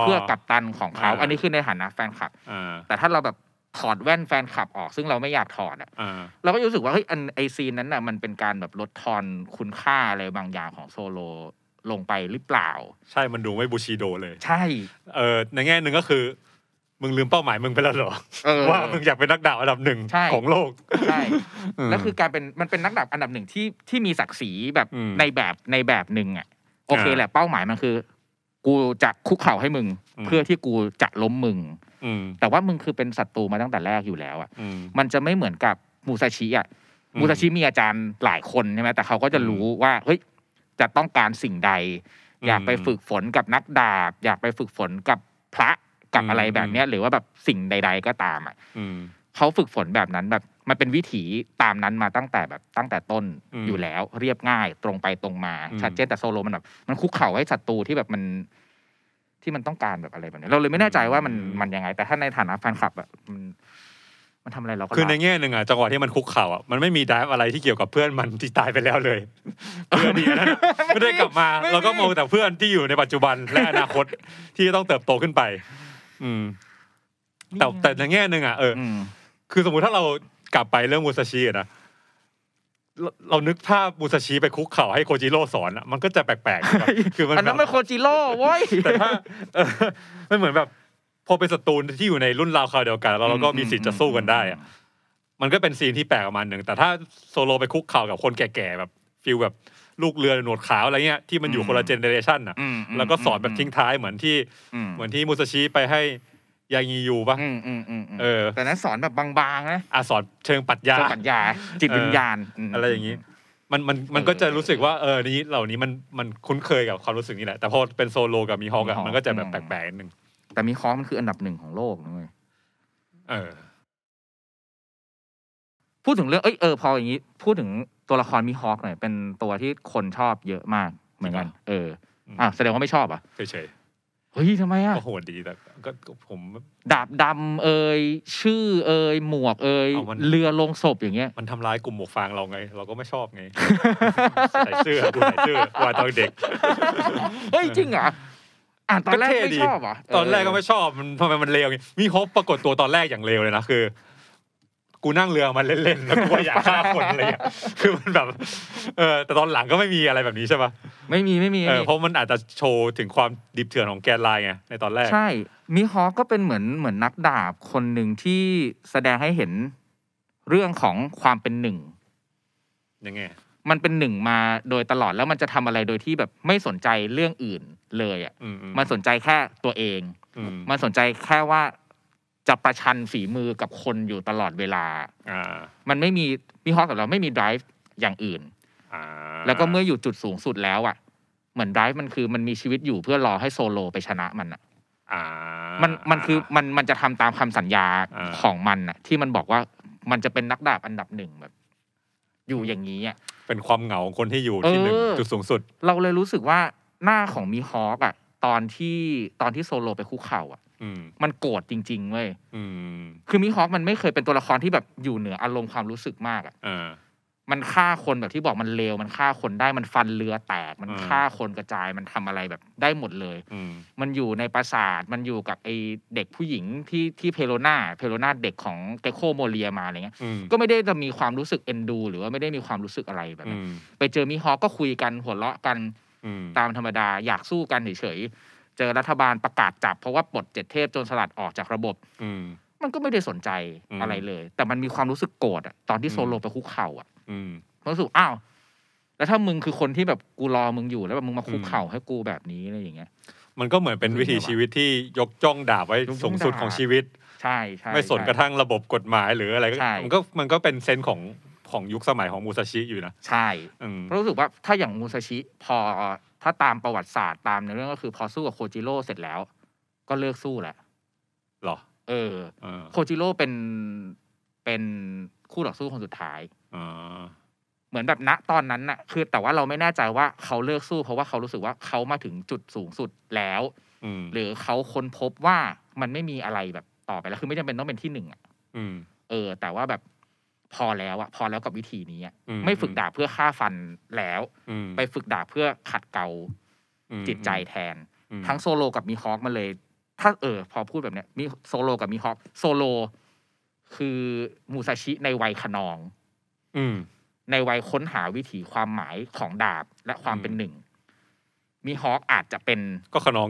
Speaker 4: เพื่อกัปตันของเขา อันนี้คือในฐานะแฟนคลับ
Speaker 5: เออ
Speaker 4: แต่ถ้าเราแบบถอดแว่นแฟนคลับออกซึ่งเราไม่อยากถอดอะ
Speaker 5: เออ
Speaker 4: เราก็รู้สึกว่าเฮ้ยอันไอซีนนั้นน่ะมันเป็นการแบบลดทอนคุณค่าอะไรบางอย่างของโซโลลงไปหรือเปล่า
Speaker 5: ใช่มันดูไม่บูชิโดเลย
Speaker 4: ใช่
Speaker 5: เออในแง่หนึ่งก็คือ มึงลืมเป้าหมายมึงไปแล้วเหรอ
Speaker 4: เออ
Speaker 5: ว่ามึงอยากเป็นนักดาบอันดับหนึ่ง
Speaker 4: ใช่
Speaker 5: ของโลก
Speaker 4: ใช่
Speaker 5: เออ
Speaker 4: แล้วคือการเป็นมันเป็นนักดาบอันดับหนึ่งที่ที่มีศักดิ์ศรีแบบ
Speaker 5: อืม
Speaker 4: ในแบบในแบบหนึ่งอ่ะโอเค
Speaker 5: อ่า
Speaker 4: แหละเป้าหมายมันคือ กูจะคุกเข่าให้มึง
Speaker 5: อืม
Speaker 4: เพื่อที่กูจะล้มมึง
Speaker 5: อืม
Speaker 4: แต่ว่ามึงคือเป็นศัตรูมาตั้งแต่แรกอยู่แล้วอ่ะ
Speaker 5: อืม
Speaker 4: มันจะไม่เหมือนกับมูซาชิอ่ะ
Speaker 5: อืม
Speaker 4: มูซาชิมีอาจารย์หลายคนใช่ไหมแต่เขาก็จะ
Speaker 5: อืม
Speaker 4: รู้ว่า เฮ้ย จะต้องการสิ่งใด
Speaker 5: อืม
Speaker 4: อยากไปฝึกฝนกับนักดาบ อยากไปฝึกฝนกับพระกับ
Speaker 5: อืม
Speaker 4: อะไรแบบเนี้ย หรือว่าแบบสิ่งใด ๆ ก็ตามอ่ะ
Speaker 5: อืม
Speaker 4: เขาฝึกฝนแบบนั้นแบบมันเป็นวิถีตามนั้นมาตั้งแต่แบบตั้งแต่ต้น
Speaker 5: อืม
Speaker 4: อยู่แล้ว เรียบง่ายตรงไปตรงมา
Speaker 5: อืม
Speaker 4: ชัดเจนแต่โซโลมันแบบมันคุกเข่าให้ศัตรูที่แบบมันที่มันต้องการแบบอะไรแบบเนี้ยเราเลยไม่แน่ใจว่ามันมันยังไง แต่ถ้าในฐานะแฟนคลับแบบมันมันทำอะไรเราก็
Speaker 5: คือใน
Speaker 4: รัก
Speaker 5: แง่หนึ่งอ่ะจังหวะที่มันคุกเข่าอ่ะมันไม่มีดราฟอะไรที่เกี่ยวกับเพื่อนมันที่ตายไปแล้วเลยเพื่อนดี
Speaker 4: *laughs*
Speaker 5: นะไม่ได้กลับมา
Speaker 4: ไม่มี
Speaker 5: เราก็มองแต่เพื่อนที่อยู่ในปัจจุบันและอนาคต ที่จะต้องเติบโตขึ้นไป อืม แต่แต่ในแง่หนึ่งอ่ะเอออ
Speaker 4: อืม
Speaker 5: คือสมมุติถ้าเรากลับไปเรื่องมูซาชิอะนะเราเรานึกภาพมูซาชิไปคุกเข่าให้โคจิโร่สอนอะมันก็จะแปลกๆนะครับคือมัน
Speaker 4: *laughs* อันนั้น
Speaker 5: แบบ
Speaker 4: มันโคจิโร่เว้ย
Speaker 5: *laughs* แต่ถ้าเออมันเหมือนแบบ พอเป็นศัตรูที่อยู่ในรุ่นราวคราวเดียวกัน แล้วเราก็มีสิทธิ์จะสู้กันได้อะมันก็เป็นซีนที่แปลกประมาณหนึ่งแต่ถ้าโซโลไปคุกเข่ากับคนแก่ๆแบบฟิลแบบลูกเรือหนวดขาวอะไรเงี้ยที่มันอยู่
Speaker 4: อืม
Speaker 5: คนละเจเนเรชันอ่ะ
Speaker 4: อืมม
Speaker 5: แล้วก็สอนแบบทิ้งท้ายเหมือนที่
Speaker 4: อืม
Speaker 5: เหมือนที่มุสชิไปให้ยางียูปะ
Speaker 4: อืมอืมอืม
Speaker 5: เออ
Speaker 4: แต่นั้นสอนแบบบางๆนะ
Speaker 5: อ่ะสอนเชิงปรัชญา
Speaker 4: เจ้าปัญญา จิตวิญญาณม
Speaker 5: อะไรอย่างนี้ มันมันมันก็จะรู้สึกว่าเออนี้เหล่านี้มันมันคุ้นเคยกับความรู้สึกนี้แหละแต่พอเป็นโซโลกับมีฮอกอะ
Speaker 4: Mihawk
Speaker 5: มันก็จะแบบ
Speaker 4: อืม
Speaker 5: แปลกๆนิดนึง
Speaker 4: แต่มีคอสมันคืออันดับหนึ่งของโลกนะเว้ย
Speaker 5: เออ
Speaker 4: พูดถึงเรื่องเอ้ยเออพออย่างนี้พูดถึงตัวละครมีฮอคหน่อยเป็นตัวที่คนชอบเยอะมากเหมือนกันเออ
Speaker 5: อืม
Speaker 4: อ่ะแสดงว่าไม่ชอบอ่ะ
Speaker 5: เฉยๆ
Speaker 4: เฮ้ยทำไมอ่ะ
Speaker 5: ก็โหดดีแต่ก็ก็ผม
Speaker 4: ดาบดำเอ่ยชื่อเอ่ยหมวกเอ่ย
Speaker 5: เอามัน
Speaker 4: เรือลงศพอย่างเงี้ย
Speaker 5: มันทำร้ายกลุ่มหมวกฟางเราไง เราก็ไม่ชอบ
Speaker 4: *laughs*
Speaker 5: ไง ใส่เสื้อกูใส่เสื้อว่าตอนเด็ก
Speaker 4: เฮ้ยจริงเหรออ่านตอนแรก
Speaker 5: ก็เท่
Speaker 4: ไม่
Speaker 5: ดี
Speaker 4: ชอบเหรอ่ะ
Speaker 5: ตอนแรกก็ไม่ชอบมันทำไมมันเลวไงมีฮบปรากฏตัวตอนแรกอย่างเลวเลยนะคือ กูนั่งเรือมันเล่นๆแล้วกูก็อยากฆ่าคนอะไรอย่างเงี้ย *laughs* คือมันแบบ เออแต่ตอนหลังก็ไม่มีอะไรแบบนี้ใช่ปะ
Speaker 4: ไม่มีไม่มี
Speaker 5: เอ
Speaker 4: ไม่
Speaker 5: อ
Speaker 4: มี
Speaker 5: เพราะมันอาจจะโชว์ถึงความดิบเถื่อนของแกนไลน์ไงในตอนแรก
Speaker 4: ใช่ มิฮอก็เป็นเหมือนเหมือนนักดาบคนหนึ่งที่แสดงให้เห็นเรื่องของความเป็นหนึ่ง
Speaker 5: ยังไง
Speaker 4: มันเป็นหนึ่งมาโดยตลอดแล้วมันจะทำอะไรโดยที่แบบไม่สนใจเรื่องอื่นเลยอ่ะ
Speaker 5: อืมๆ
Speaker 4: มันสนใจแค่ตัวเอง
Speaker 5: อืม
Speaker 4: มันสนใจแค่ว่าจะประชันฝีมือกับคนอยู่ตลอดเวลา
Speaker 5: อ่า
Speaker 4: มันไม่มีมิฮอกับเราไม่มี drive อย่างอื่น
Speaker 5: อ่า
Speaker 4: แล้วก็เมื่ออยู่จุดสูงสุดแล้วอ่ะ เหมือน drive มันคือมันมีชีวิตอยู่เพื่อรอให้โซโลไปชนะมันอ่ะ
Speaker 5: อ่า
Speaker 4: มันมันคือมันมันจะทำตามคำสัญญา
Speaker 5: อ่า
Speaker 4: ของมันน่ะ ที่มันบอกว่ามันจะเป็นนักดาบอันดับหนึ่งแบบ อยู่อย่างนี้อ่ะ
Speaker 5: เป็นความเหงาของคนที่อยู่ที่หนึ่ง
Speaker 4: เออ
Speaker 5: จุดสูงสุด
Speaker 4: เราเลยรู้สึกว่าหน้าของมีฮอคอ่ะ ตอนที่ตอนที่โซโลไปคุกเข่าอ่ะ
Speaker 5: อืม
Speaker 4: มันโกรธจริงๆเว้ย
Speaker 5: อืม
Speaker 4: คือมีฮอคมันไม่เคยเป็นตัวละครที่แบบอยู่เหนืออารมณ์ความรู้สึกมากอ่ะ
Speaker 5: อ่า
Speaker 4: มันฆ่าคนแบบที่บอกมันเลวมันฆ่าคนได้มันฟันเรือแตก มัน
Speaker 5: อ่า
Speaker 4: ฆ่าคนกระจายมันทำอะไรแบบได้หมดเลย
Speaker 5: อืม
Speaker 4: มันอยู่ในปราสาท มันอยู่กับไอเด็กผู้หญิงที่ที่เพโลนาเพโลนาเด็กของเกโคโมเลียมาอะไรเงี้ย
Speaker 5: อืม
Speaker 4: ก็ไม่ได้จะมีความรู้สึกเอ็นดู หรือว่าไม่ได้มีความรู้สึกอะไรแบบ
Speaker 5: อื
Speaker 4: นั้น
Speaker 5: ม
Speaker 4: ไปเจอมิฮอคก็คุยกันหัวเราะกัน
Speaker 5: อืม
Speaker 4: ตามธรรมดา อยากสู้กันเฉยๆ เจอรัฐบาลประกาศจับ เพราะว่าปลดเจ็ดเทพโจนสลัดออกจากระบบ
Speaker 5: อืม
Speaker 4: มันก็ไม่ได้สนใจ
Speaker 5: อืม
Speaker 4: อะไรเลย แต่มันมีความรู้สึกโกรธอะตอนที่
Speaker 5: อืม
Speaker 4: โซโลไปคุกเข่าอะ
Speaker 5: อืม
Speaker 4: มันรู้สึกอ้าวแล้วถ้ามึงคือคนที่แบบกูรอมึงอยู่แล้วแบบมึงมาคุก
Speaker 5: อืม
Speaker 4: เข่าให้กูแบบนี้อะไรอย่างเงี้ย
Speaker 5: มันก็เหมือนเป็นวิถีชีวิตที่ยกจ้องดาบไว้
Speaker 4: ยกจ้
Speaker 5: สู
Speaker 4: อง ง
Speaker 5: สุด
Speaker 4: ดาบ
Speaker 5: ของชีวิต
Speaker 4: ใช่ใช่
Speaker 5: ไม่สน
Speaker 4: ใช่
Speaker 5: กระทั่งระบบกฎหมายหรืออะไรก็
Speaker 4: ใช่
Speaker 5: มันก็มันก็เป็นเซนส์ของของยุคสมัยของมูซาชิอยู่นะ
Speaker 4: ใช่
Speaker 5: อืม
Speaker 4: เพราะรู้สึกว่าถ้าอย่างมูซาชิพอถ้าตามประวัติศาสตร์ตามในเรื่องก็คือพอสู้กับโคจิโร่เสร็จแล้ว ก็เลิกสู้แหละ
Speaker 5: เหรอ
Speaker 4: เออ
Speaker 5: เออ
Speaker 4: โคจิโร่เป็นเป็นคู่ต่อสู้คนสุดท้าย
Speaker 5: อ่า
Speaker 4: เหมือนแบบณตอนนั้นน่ะ คือแต่ว่าเราไม่แน่ใจว่าเขาเลิกสู้ เพราะว่าเขารู้สึกว่าเขามาถึงจุดสูงสุดแล้ว
Speaker 5: อืม
Speaker 4: หรือเขาค้นพบว่ามันไม่มีอะไรแบบต่อไปแล้วคือไม่จำเป็นต้องเป็นที่หนึ่งอะ
Speaker 5: อืม
Speaker 4: เออ แต่ว่าแบบพอแล้วอะพอแล้วกับวิธีนี้อะ
Speaker 5: อื
Speaker 4: ไม่ฝึกดาบเพื่อฆ่าฟันแล้ว
Speaker 5: อืม
Speaker 4: ไปฝึกดาบเพื่อขัดเกลา
Speaker 5: อืม
Speaker 4: จิตใจแทน
Speaker 5: อืม
Speaker 4: ทั้งโซโลกับมีฮอคมาเลย ถ้าเออ พอพูดแบบเนี้ยมีโซโลกับมีฮอคโซโลคือมูซาชิในวัยขนอง
Speaker 5: อืม
Speaker 4: ในวัยค้นหาวิถีความหมายของดาบและความ
Speaker 5: อืม
Speaker 4: เป็นหนึ่ง มีฮอคอาจจะเป็น *laughs*
Speaker 5: ก็ขนอง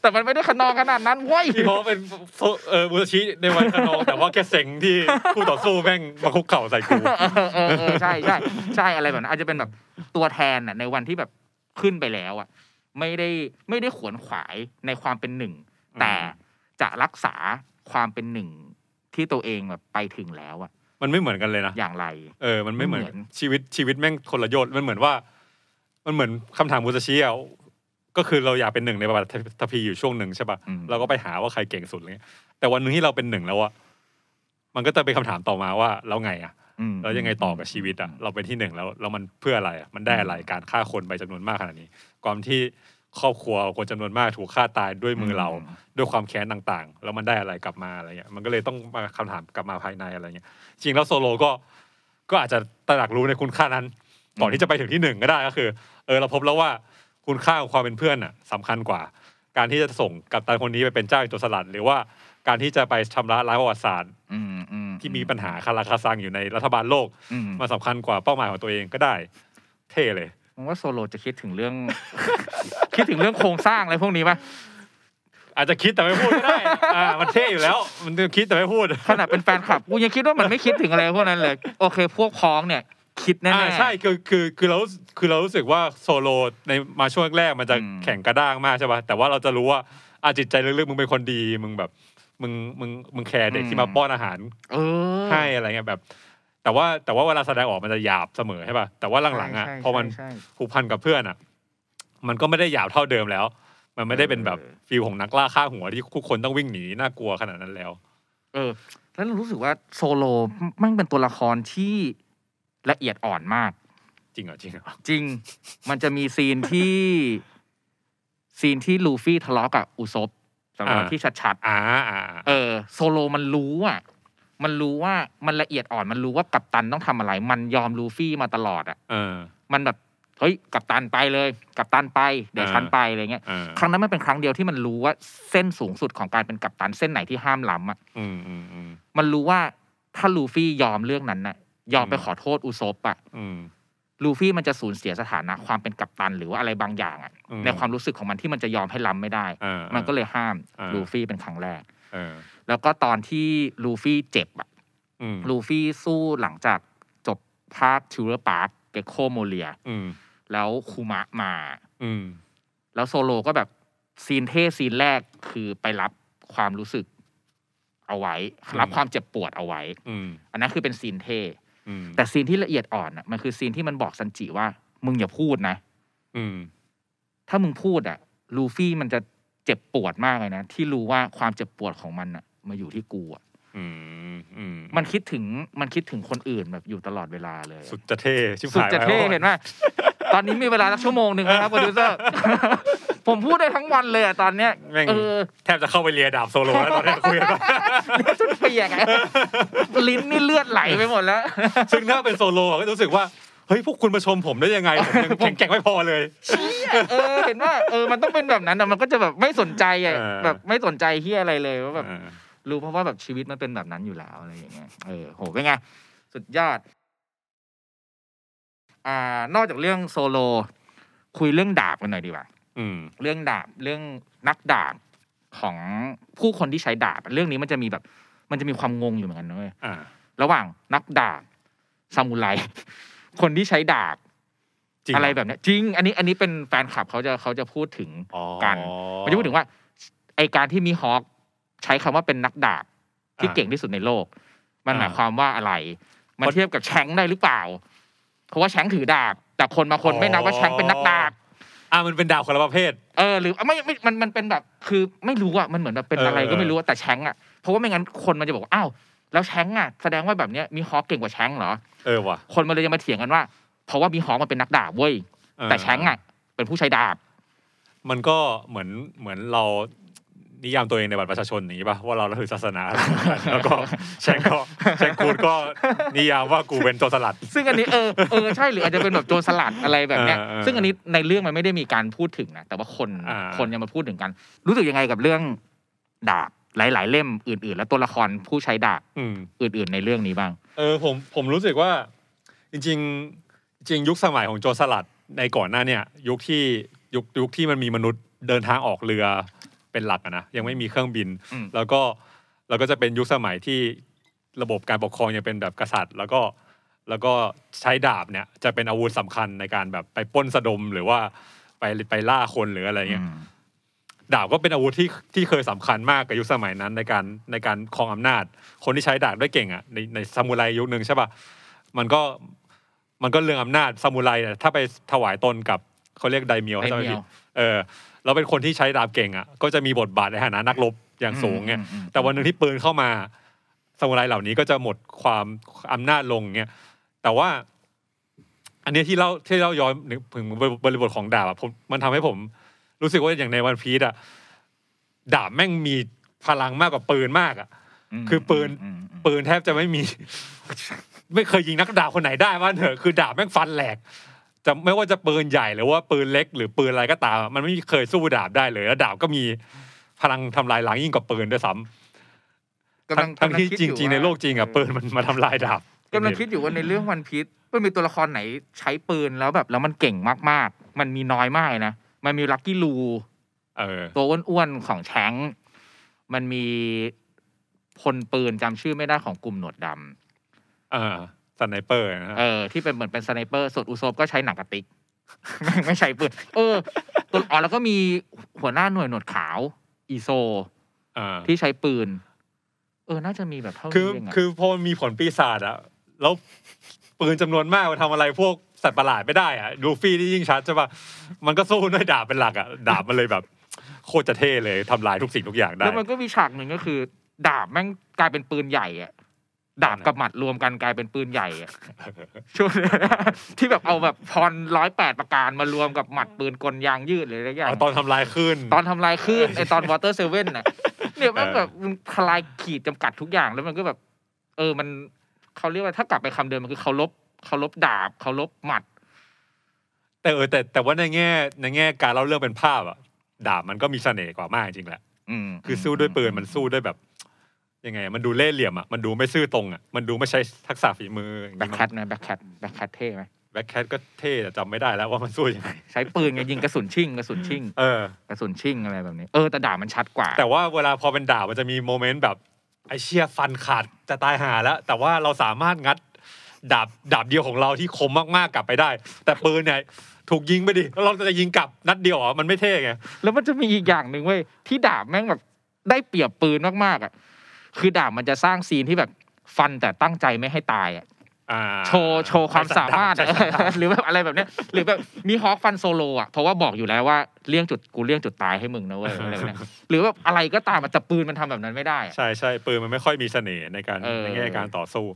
Speaker 4: แต่มันไม่ได้ขนองขนาดนั้นเว้ย
Speaker 5: พี่เพราะเป็นโซเออมูซาชิในวันขนอง แต่ว่าแค่เซ็งที่คู่ต่อสู้แม่งมาคุกเข่าใส่กู
Speaker 4: *laughs* เออเออเออใช่ใช่ใช่อะไรแบบนั้นอาจจะเป็นแบบตัวแทนน่ะในวันที่แบบขึ้นไปแล้วอ่ะ ไม่ได้ไม่ได้ขวนขวายในความเป็นหนึ่ง
Speaker 5: อืม
Speaker 4: แต่จะรักษาความเป็นหนึ่งที่ตัวเองแบบไปถึงแล้วอ่ะ
Speaker 5: มันไม่เหมือนกันเลยนะ
Speaker 4: อย่างไร
Speaker 5: เออ มันไม่เหมือน
Speaker 4: ไม่เหมือน
Speaker 5: ชีวิตชีวิตแม่งคนละโยชน์มันเหมือนว่า มันเหมือนคำถามมูซาชิอ่ะก็คือเราอยากเป็นหนึ่งในประวัติทัพพีอยู่ช่วงหนึ่งใช่ป่ะ
Speaker 4: อืม
Speaker 5: เราก็ไปหาว่าใครเก่งสุดอะไรเงี้ยแต่วันหนึ่งที่เราเป็นหนึ่งแล้วอะมันก็จะเป็นคำถามต่อมาว่าเราไงอะ
Speaker 4: อืม
Speaker 5: เรายังไงต่อกับชีวิตอะเราเป็นที่หนึ่งแล้วแล้วมันเพื่ออะไรอะมันได้อะไรการฆ่าคนไปจำนวนมากขนาดนี้ ความที่ครอบครัวคนจำนวนมากถูกฆ่าตายด้วยมือเรา ด้วยความแค้นต่างๆ แล้วมันได้อะไรกลับมาอะไรเงี้ย มันก็เลยต้องมาคำถามกลับมาภายในอะไรเงี้ย จริงแล้วโซโลก็ ก็อาจจะตระหนักรู้ในคุณค่านั้น ก่อนที่จะไปถึงที่หนึ่งก็ได้ก็คือ เออเราพบแล้วว่าคุณค่าของความเป็นเพื่อนอ่ะสำคัญกว่า การที่จะส่งกัปตันคนนี้ไปเป็นเจ้าแห่งโจรสลัด หรือว่าการที่จะไปชำระล้างประวัติศาสตร์
Speaker 4: อืมอืม
Speaker 5: ที่มีปัญหาคาราคาซังอยู่ในรัฐบาลโลก
Speaker 4: อืม
Speaker 5: มันสำคัญกว่าเป้าหมายของตัวเองก็ได้ เท่เลย
Speaker 4: ผมันว่าโซโลจะคิดถึงเรื่อง *laughs* คิดถึงเรื่องโครงสร้างอะไรพวกนี้ปะ
Speaker 5: อาจจะคิดแต่ไม่พูดก็ได้ *laughs* อ่า มันเท่อยู่แล้ว มันคิดแต่ไม่พูด
Speaker 4: ขนาดเป็นแฟนคลับกูยังคิดว่ามันไม่คิดถึงอะไรพวกนั้นเลย โอเค พวกพ้องเนี่ย คิดแน่
Speaker 5: อ่า
Speaker 4: ๆ
Speaker 5: ใช่คือคือคือเรารู้สึกคือเรารู้สึกว่าโซโลในมาช่วงแรกมันจะ
Speaker 4: อืม
Speaker 5: แข่งกระด้างมากใช่ป่ะแต่ว่าเราจะรู้ว่าอาจิตใจลึกๆมึงเป็นคนดีมึงแบบมึงมึงมึงแคร์เด็กที่มาป้อนอาหาร
Speaker 4: เออ
Speaker 5: ให้อะไรเงี้ยแบบ แต่ว่าแต่ว่าเวลาแสดงออกมันจะหยาบเสมอใช่ป่ะแต่ว่าหลังๆอ่ะ
Speaker 4: ใช่ใช่
Speaker 5: พอมัน
Speaker 4: ใช่ใช่
Speaker 5: ผูกพันกับเพื่อนอ่ะ มันก็ไม่ได้หยาบเท่าเดิมแล้ว มันไม่ได้เป็นแบบ
Speaker 4: เออ
Speaker 5: ฟิลของนักล่าฆ่าหัวที่ทุกคนต้องวิ่งหนีน่ากลัวขนาดนั้นแล้ว
Speaker 4: เออ แล้วรู้สึกว่าโซโลแมั่งเป็นตัวละครที่ละเอียดอ่อนมาก
Speaker 5: จริงเหรอจริงเหรอ
Speaker 4: จริง มันจะมีซีนที่ *laughs* ซีนที่ลูฟี่ทะเลาะกับอุซบสำหรับที่ชัดๆ
Speaker 5: อ่าอ่าอ่า
Speaker 4: เออโซโลมันรู้อ่ะ มันรู้ว่ามันละเอียดอ่อนมันรู้ว่ากัปตันต้องทำอะไร มันยอมลูฟี่มาตลอดอ่ะ
Speaker 5: เออ
Speaker 4: มันแบบเฮ้ยกัปตันไปเลย กัปตันไปเดี๋ยว
Speaker 5: อ่า
Speaker 4: ฉันไปอะไรเงี้ย
Speaker 5: เออ
Speaker 4: ครั้งนั้นมันเป็นครั้งเดียวที่มันรู้ว่าเส้นสูงสุดของการเป็นกัปตันเส้นไหนที่ห้ามล้ำอ่ะ
Speaker 5: อืมอืมอืม
Speaker 4: มันรู้ว่าถ้าลูฟี่ยอมเรื่องนั้นน่ะ ยอมไปขอโทษอุซบอ่ะ
Speaker 5: อืม
Speaker 4: ลูฟี่มันจะสูญเสียสถานะความเป็นกัปตันหรือว่าอะไรบางอย่างอ่ะ
Speaker 5: อืม
Speaker 4: ในความรู้สึกของมันที่มันจะยอมให้ล้ำไม่ได้
Speaker 5: อ่า
Speaker 4: มั
Speaker 5: มัน
Speaker 4: ก็เลยห้าม
Speaker 5: า
Speaker 4: ลูฟี่เป็นครั้งแรก
Speaker 5: เออ
Speaker 4: แล้วก็ตอนที่ลูฟี่เจ็บอ่ะ
Speaker 5: อืม
Speaker 4: ลูฟี่สู้หลังจากจบภาคทิวเลอร์ปาร์คเกโคโมเลีย
Speaker 5: อืม
Speaker 4: แล้วคูมะมา
Speaker 5: อืม
Speaker 4: แล้วโซโลก็แบบซีนเท่ซีนแรกคือไปรับความรู้สึกเอาไว้ รับความเจ็บปวดเอาไว้
Speaker 5: อืม
Speaker 4: อันนั้นคือเป็นซีนเท่
Speaker 5: อืม
Speaker 4: แต่ซีนที่ละเอียดอ่อนน่ะมันคือซีนที่มันบอกซันจิว่า มึงอย่าพูดนะ
Speaker 5: อืม
Speaker 4: ถ้ามึงพูดอ่ะ ลูฟี่มันจะเจ็บปวดมากเลยนะ ที่รู้ว่าความเจ็บปวดของมันอ่ะมาอยู่ที่กูอ่ะ
Speaker 5: อืมอืม
Speaker 4: มันคิดถึงมันคิดถึงคนอื่นแบบอยู่ตลอดเวลาเลยอะ
Speaker 5: สุดจะเท่ชิบ
Speaker 4: สุด
Speaker 5: หาย
Speaker 4: จะเท่
Speaker 5: แล้ว
Speaker 4: เห็นไหมตอนนี้มีเวลาสักชั่วโมงหนึ่งนะครับโปรดิวเซอร์ ผมพูดได้ทั้งวันเลยอะตอนเนี้ย
Speaker 5: แม่ง
Speaker 4: เออ
Speaker 5: แทบจะเข้าไปเรียดาบโซโลแล้วตอน
Speaker 4: *laughs*
Speaker 5: นี้คุยกันว่า
Speaker 4: จนเปียกอะลิ้นนี่เลือดไหลไปหมดแล้ว
Speaker 5: ซึ่งถ้าเป็นโซโลอะก็รู้สึกว่าเฮ้ยพวกคุณมาชมผมได้ยังไงผมยังแข็งแกร่งไม่พอเลย
Speaker 4: เออ เห็นว่าเออมันต้องเป็นแบบนั้นอะมันก็จะแบบไม่สนใจอะ
Speaker 5: เออ
Speaker 4: แบบไม่สนใจเฮียอะไรเลยว่าแบบ
Speaker 5: เออ
Speaker 4: รู้เพราะว่าแบบชีวิตมันเป็นแบบนั้นอยู่แล้วอะไรอย่างเงี้ยเออโหเป็นไงสุดยอด อ่านอกจากเรื่องโซโล คุยเรื่องดาบกันหน่อยดีกว่า
Speaker 5: อืม
Speaker 4: เรื่องดาบเรื่องนักดาบ ของผู้คนที่ใช้ดาบ เรื่องนี้มันจะมีแบบมันจะมีความงงอยู่เหมือนกันนะเว้ย
Speaker 5: อ่า
Speaker 4: ระหว่างนักดาบซามูไร *laughs* คนที่ใช้ดาบ
Speaker 5: จริง
Speaker 4: อะไรแบบเนี้ยจริง อันนี้อันนี้เป็นแฟนคลับเขาจะเขาจะพูดถึง
Speaker 5: อ๋อ
Speaker 4: กันมันจะพูดถึงว่าไอการที่มีฮอคใช้คำว่าเป็นนักดาบที่
Speaker 5: อ่า
Speaker 4: เก่งที่สุดในโลก มัน
Speaker 5: อ่า
Speaker 4: หมายความว่าอะไร มัน
Speaker 5: มัน
Speaker 4: เทียบกับแชงค์ได้หรือเปล่า เพราะว่าแชงค์ถือดาบ แต่คนบางคนไม่นับว่าแชงค์เป็นนักดาบ
Speaker 5: อ่ามันเป็นดาบคนละประเภท
Speaker 4: เออหรือไม่ไม่มันมันเป็นแบบคือไม่รู้อ่ะมันเหมือนแบบเป็น
Speaker 5: เออ
Speaker 4: อะไร
Speaker 5: เอ
Speaker 4: ก็
Speaker 5: อ
Speaker 4: ไม่รู้อะแต่แชงก์อ่ะเพราะว่าไม่งั้นคนมันจะบอกว่าอ้าวแล้วแชงก์อ่ะแสดงว่าแบบเนี้ยมีฮอคเก่งกว่าแชงก์เหรอ
Speaker 5: เออว่ะ
Speaker 4: คนมันเลยจะมาเถียงกันว่า เพราะว่ามีฮอคมันเป็นนักดาบเว้ย
Speaker 5: เออ
Speaker 4: แต่แชงก์อ่ะเป็นผู้ใช้ดาบ
Speaker 5: มันก็เหมือนเหมือนเรานิยามตัวเองในบัตรประชาชนอย่างนี้ป่ะว่าเรานับถือศาส *laughs* นาอะไรแล้วก็แชงก็แชงกูดก็นิยามว่ากูเป็นโจรสลัด
Speaker 4: ซึ่งอันนี้เออเออใช่หรืออาจจะเป็นแบบโจรสลัดอะไรแบบเนี้ย
Speaker 5: เออเออ
Speaker 4: ซึ่งอันนี้ในเรื่องมันไม่ได้มีการพูดถึงนะแต่ว่าคน
Speaker 5: อ่า
Speaker 4: คนยังมาพูดถึงกัน รู้สึกยังไงกับเรื่องดาบหลาย ๆ เล่มอื่น ๆ และตัวละครผู้ใช้ดาบ
Speaker 5: อืม
Speaker 4: อื่น ๆ ในเรื่องนี้บ้าง
Speaker 5: เออผมผมรู้สึกว่าจริง ๆ จริงยุคสมัยของโจรสลัดในก่อนหน้าเนี่ย ยุคที่ยุคยุคที่มันมีมนุษย์เดินทางออกเรือเป็นหลักอะนะยังไม่มีเครื่องบิน
Speaker 4: อืม
Speaker 5: แล้วก็แล้วก็จะเป็นยุคสมัยที่ระบบการปกครองยังเป็นแบบกษัตริย์ แล้วก็แล้วก็ใช้ดาบเนี่ยจะเป็นอาวุธสำคัญในการแบบไปปล้นสะดมหรือว่าไปไปล่าคนหรืออะไรเงี้ย
Speaker 4: อืม
Speaker 5: ดาบก็เป็นอาวุธที่ที่เคยสำคัญมากกับยุคสมัยนั้นในการในการครองอำนาจ คนที่ใช้ดาบได้เก่งอ่ะในในซามูไรยุคหนึ่งใช่ป่ะมันก็มันก็เรื่องอำนาจซามูไรเนี่ยถ้าไปถวายตนกับเขาเรียกไดเมียวถ้าจำไม่ผิด
Speaker 4: ไดเมียว
Speaker 5: เออแล้วเป็นคนที่ใช้ดาบเก่งอ่ะก็จะมีบทบาทในฐานะนักรบอย่างสูงไง
Speaker 4: อืมอืมอืม
Speaker 5: แต่วันหนึ่งที่ปืนเข้ามาซามูไรเหล่านี้ก็จะหมดความอำนาจลงเงี้ยแต่ว่า อันเนี้ยที่เล่าที่เล่าย้อนถึงบริบทของดาบอะผมมันทำให้ผม รู้สึกว่าอย่างในวันพีซอะดาบแม่งมีพลังมากกว่าปืนมากอะ
Speaker 4: ม
Speaker 5: คือปืน
Speaker 4: มอืม
Speaker 5: ปืนแทบจะไม่มี *laughs* ไม่เคยยิงนักดาบคนไหนได้ว่าเถอะคือดาบแม่งฟันแหลก จะไม่ว่าจะปืนใหญ่หรือว่าปืนเล็ก หรือปืนอะไรก็ตามอะมันไม่เคยสู้ดาบได้เลย แล้วดาบก็มีพลังทำลายล้างยิ่งกว่าปืนด้วยซ้ำ
Speaker 4: กำลัง
Speaker 5: ทั้งที่
Speaker 4: กำลัคิด
Speaker 5: จ
Speaker 4: อยู่
Speaker 5: ริง ๆ ในโลกจริงอ่ะปืนมันมาทำลายดาบ
Speaker 4: กำลังคิดอยู่ว่าในเรื่องวันพีชมันมีตัวละครไหนใช้ปืนแล้วแบบแล้วมันเก่งมากๆ มันมีน้อยมากเลยนะ มันมีลักกี้ลู
Speaker 5: เออ
Speaker 4: ตัวอ้วนๆของแชงค์มันมีพลปืนจำชื่อไม่ได้ของกลุ่มหนวดดำ
Speaker 5: เออสไนเปอร์นะ
Speaker 4: เออที่เป็นเหมือนเป็นสไนเปอร์ส่วนอุโซบก็ใช้หนังกระติก *laughs* ไม่ไม่ใช้ปืนเออตัวอ๋อแล้วก็มีหัวหน้าหน่วยหนวดขาวอีโซ
Speaker 5: เออ
Speaker 4: ที่ใช้ปืน เออน่าจะมีแบบเท่านี้
Speaker 5: คือ
Speaker 4: เองอะ
Speaker 5: คือพอมีผลปีศาจอ่ะแล้วปืนจำนวนมากมันทำอะไรพวกสัตว์ประหลาดไม่ได้อ่ะดูฟี่ที่ยิ่งชัดใช่ป่ะมันก็สู้ด้วยดาบเป็นหลักอ่ะดาบมันเลยแบบ โคตรจะเท่เลยทำลายทุกสิ่งทุกอย่างได้
Speaker 4: แล้วมันก็มีฉากหนึ่งก็คือ ดาบแม่งกลายเป็นปืนใหญ่อะดาบกับหมัดรวมกันกลายเป็นปืนใหญ่อะช่วง *laughs* ที่แบบเอาแบบพรร้อยแปดประการมารวมกับหมัดปืนกลยางยืดหรืออะไรอย่าง
Speaker 5: เอาตอนทำลายขึ้น
Speaker 4: ตอนทำลายคลื่นไอตอนวอเตอร์เซเว่น
Speaker 5: *laughs*
Speaker 4: น่ะเนี่ยแมันแบบมันทลายขีดจำกัดทุกอย่างแล้วมันก็แบบ เออมันเขาเรียกว่าถ้ากลับไปคำเดิมมันคือเคารพเคารพดาบเคารพหมัด
Speaker 5: แต่เออแต่แต่ว่าในแง่ในแง่การเล่าเรื่องเป็นภาพอ่ะดาบมันก็มีเสน่ห์กว่ามากจริงแหละ
Speaker 4: อืม
Speaker 5: คือสู้ด้วยปืนมันสู้ด้วยแบบ ยังไงอะมันดูเล่ห์เหลี่ยมอ่ะมันดูไม่ซื่อตรงอ่ะมันดูไม่ใช้ทักษะฝีมืออย่าง
Speaker 4: แบ็ค
Speaker 5: นี้
Speaker 4: แคทนะแบ็คแคทแบ็คแคทเท่ไหม
Speaker 5: แบ็คแคทก็เท่แต่จำไม่ได้แล้วว่ามันสู้ยังไง
Speaker 4: ใช้ปืนไงยิงกระสุนชิ่งกระสุนชิ่ง
Speaker 5: เออ
Speaker 4: กระสุนชิ่งอะไรแบบนี้ เออแต่ด่าบมันชัดกว่า
Speaker 5: แต่ว่าเวลาพอเป็นดาบมันจะมีโมเมนต์แบบไอเชี่ยฟันขาดจะตายหาแล้ว แต่ว่าเราสามารถงัดดาบดาบเดียวของเราที่คมมากๆกลับไปได้ แต่ปืนเนี่ยถูกยิงไปดิแล้วเราจะยิงกลับนัดเดียวอ่ะมันไม่เท่ไง
Speaker 4: แล้วมันจะมีอีกอย่างหนึ่งเว้ยที่ด่าบแม่งแบบได้เปรียบปืนมากๆอ่ะคือด่าบมันจะสร้างซีนที่แบบฟันแต่ตั้งใจไม่ให้ตายอ่ะ
Speaker 5: อ่า
Speaker 4: โชว์โชว์ความสามารถ
Speaker 5: ใช้
Speaker 4: อะ
Speaker 5: สันดาบ
Speaker 4: *laughs* หรือแบบอะไรแบบเนี้ยหรือแบบมีฮอคฟันโซโลอ่ะเพราะว่าบอกอยู่แล้วว่าเลี่ยงจุดกูเลี่ยงจุดตายให้มึงนะเว้ยอะไรแบบเนี้ยหรือแบบอะไรก็ตามอะแต่ปืนมันทำแบบนั้นไม่ได้อะ
Speaker 5: ใช่ใช่ปืนมันไม่ค่อยมีเสน่ห์ในการ
Speaker 4: เออ
Speaker 5: ในแง่การต่อสู้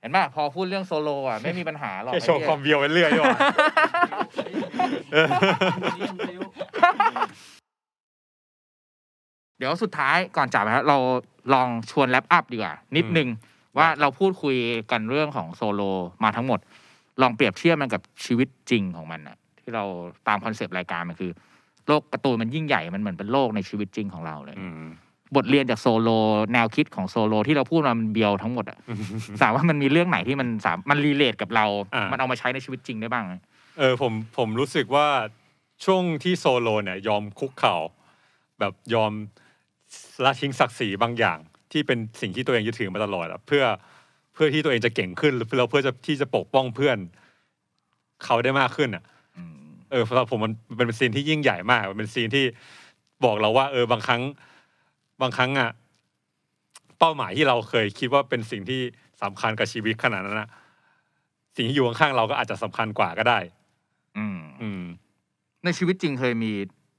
Speaker 4: เห็นปะพอพูดเรื่องโซโลอ่ะไม่มีปัญหาหรอก
Speaker 5: แค่
Speaker 4: ไอ้
Speaker 5: โชว์ค
Speaker 4: เหี้ย
Speaker 5: วามเบียวไปเรื่อยดี
Speaker 4: *laughs*
Speaker 5: กว่า
Speaker 4: เดี๋ยวสุดท้ายก่อนจากไปครับเราลองชวนแลปอัพดีกว่า นิดนึง ว่าเราพูดคุยกันเรื่องของโซโลมาทั้งหมด ลองเปรียบเทียบมันกับชีวิตจริงของมันนะที่เราตามคอนเซปต์รายการมันคือ โลกการ์ตูนมันยิ่งใหญ่มันเหมือนเป็นโลกในชีวิตจริงของเราเลย
Speaker 5: อืม
Speaker 4: บทเรียนจากโซโลแนวคิดของโซโลที่เราพูดมามันเบียวทั้งหมดอะสามว่ามันมีเรื่องไหนที่มันสามมันรีเลทกับเรา
Speaker 5: อ่ามั
Speaker 4: มันเอามาใช้ในชีวิตจริงได้บ้างไหม
Speaker 5: เออผมผมรู้สึกว่าช่วงที่โซโลเนี่ยยอมคุกเข่า แบบยอมละทิ้งศักดิ์ศรีบางอย่าง ที่เป็นสิ่งที่ตัวเองยึดถือมาตลอดอะเพื่อเพื่อที่ตัวเองจะเก่งขึ้นแล้วเพื่อจะที่จะปกป้องเพื่อน เขาได้มากขึ้นอ่ะ
Speaker 4: อืม
Speaker 5: เออสำหรับผมมันมันเป็นซีนที่ยิ่งใหญ่มาก มันเป็นซีนที่บอกเราว่า เออบางครั้ง บางครั้งอ่ะเป้าหมายที่เราเคยคิดว่าเป็นสิ่งที่สำคัญกับชีวิตขนาดนั้นอะสิ่งที่อยู่ข้างๆเราก็อาจจะสำคัญกว่าก็ได้
Speaker 4: อืม
Speaker 5: อืม
Speaker 4: ในชีวิตจริงเคยมี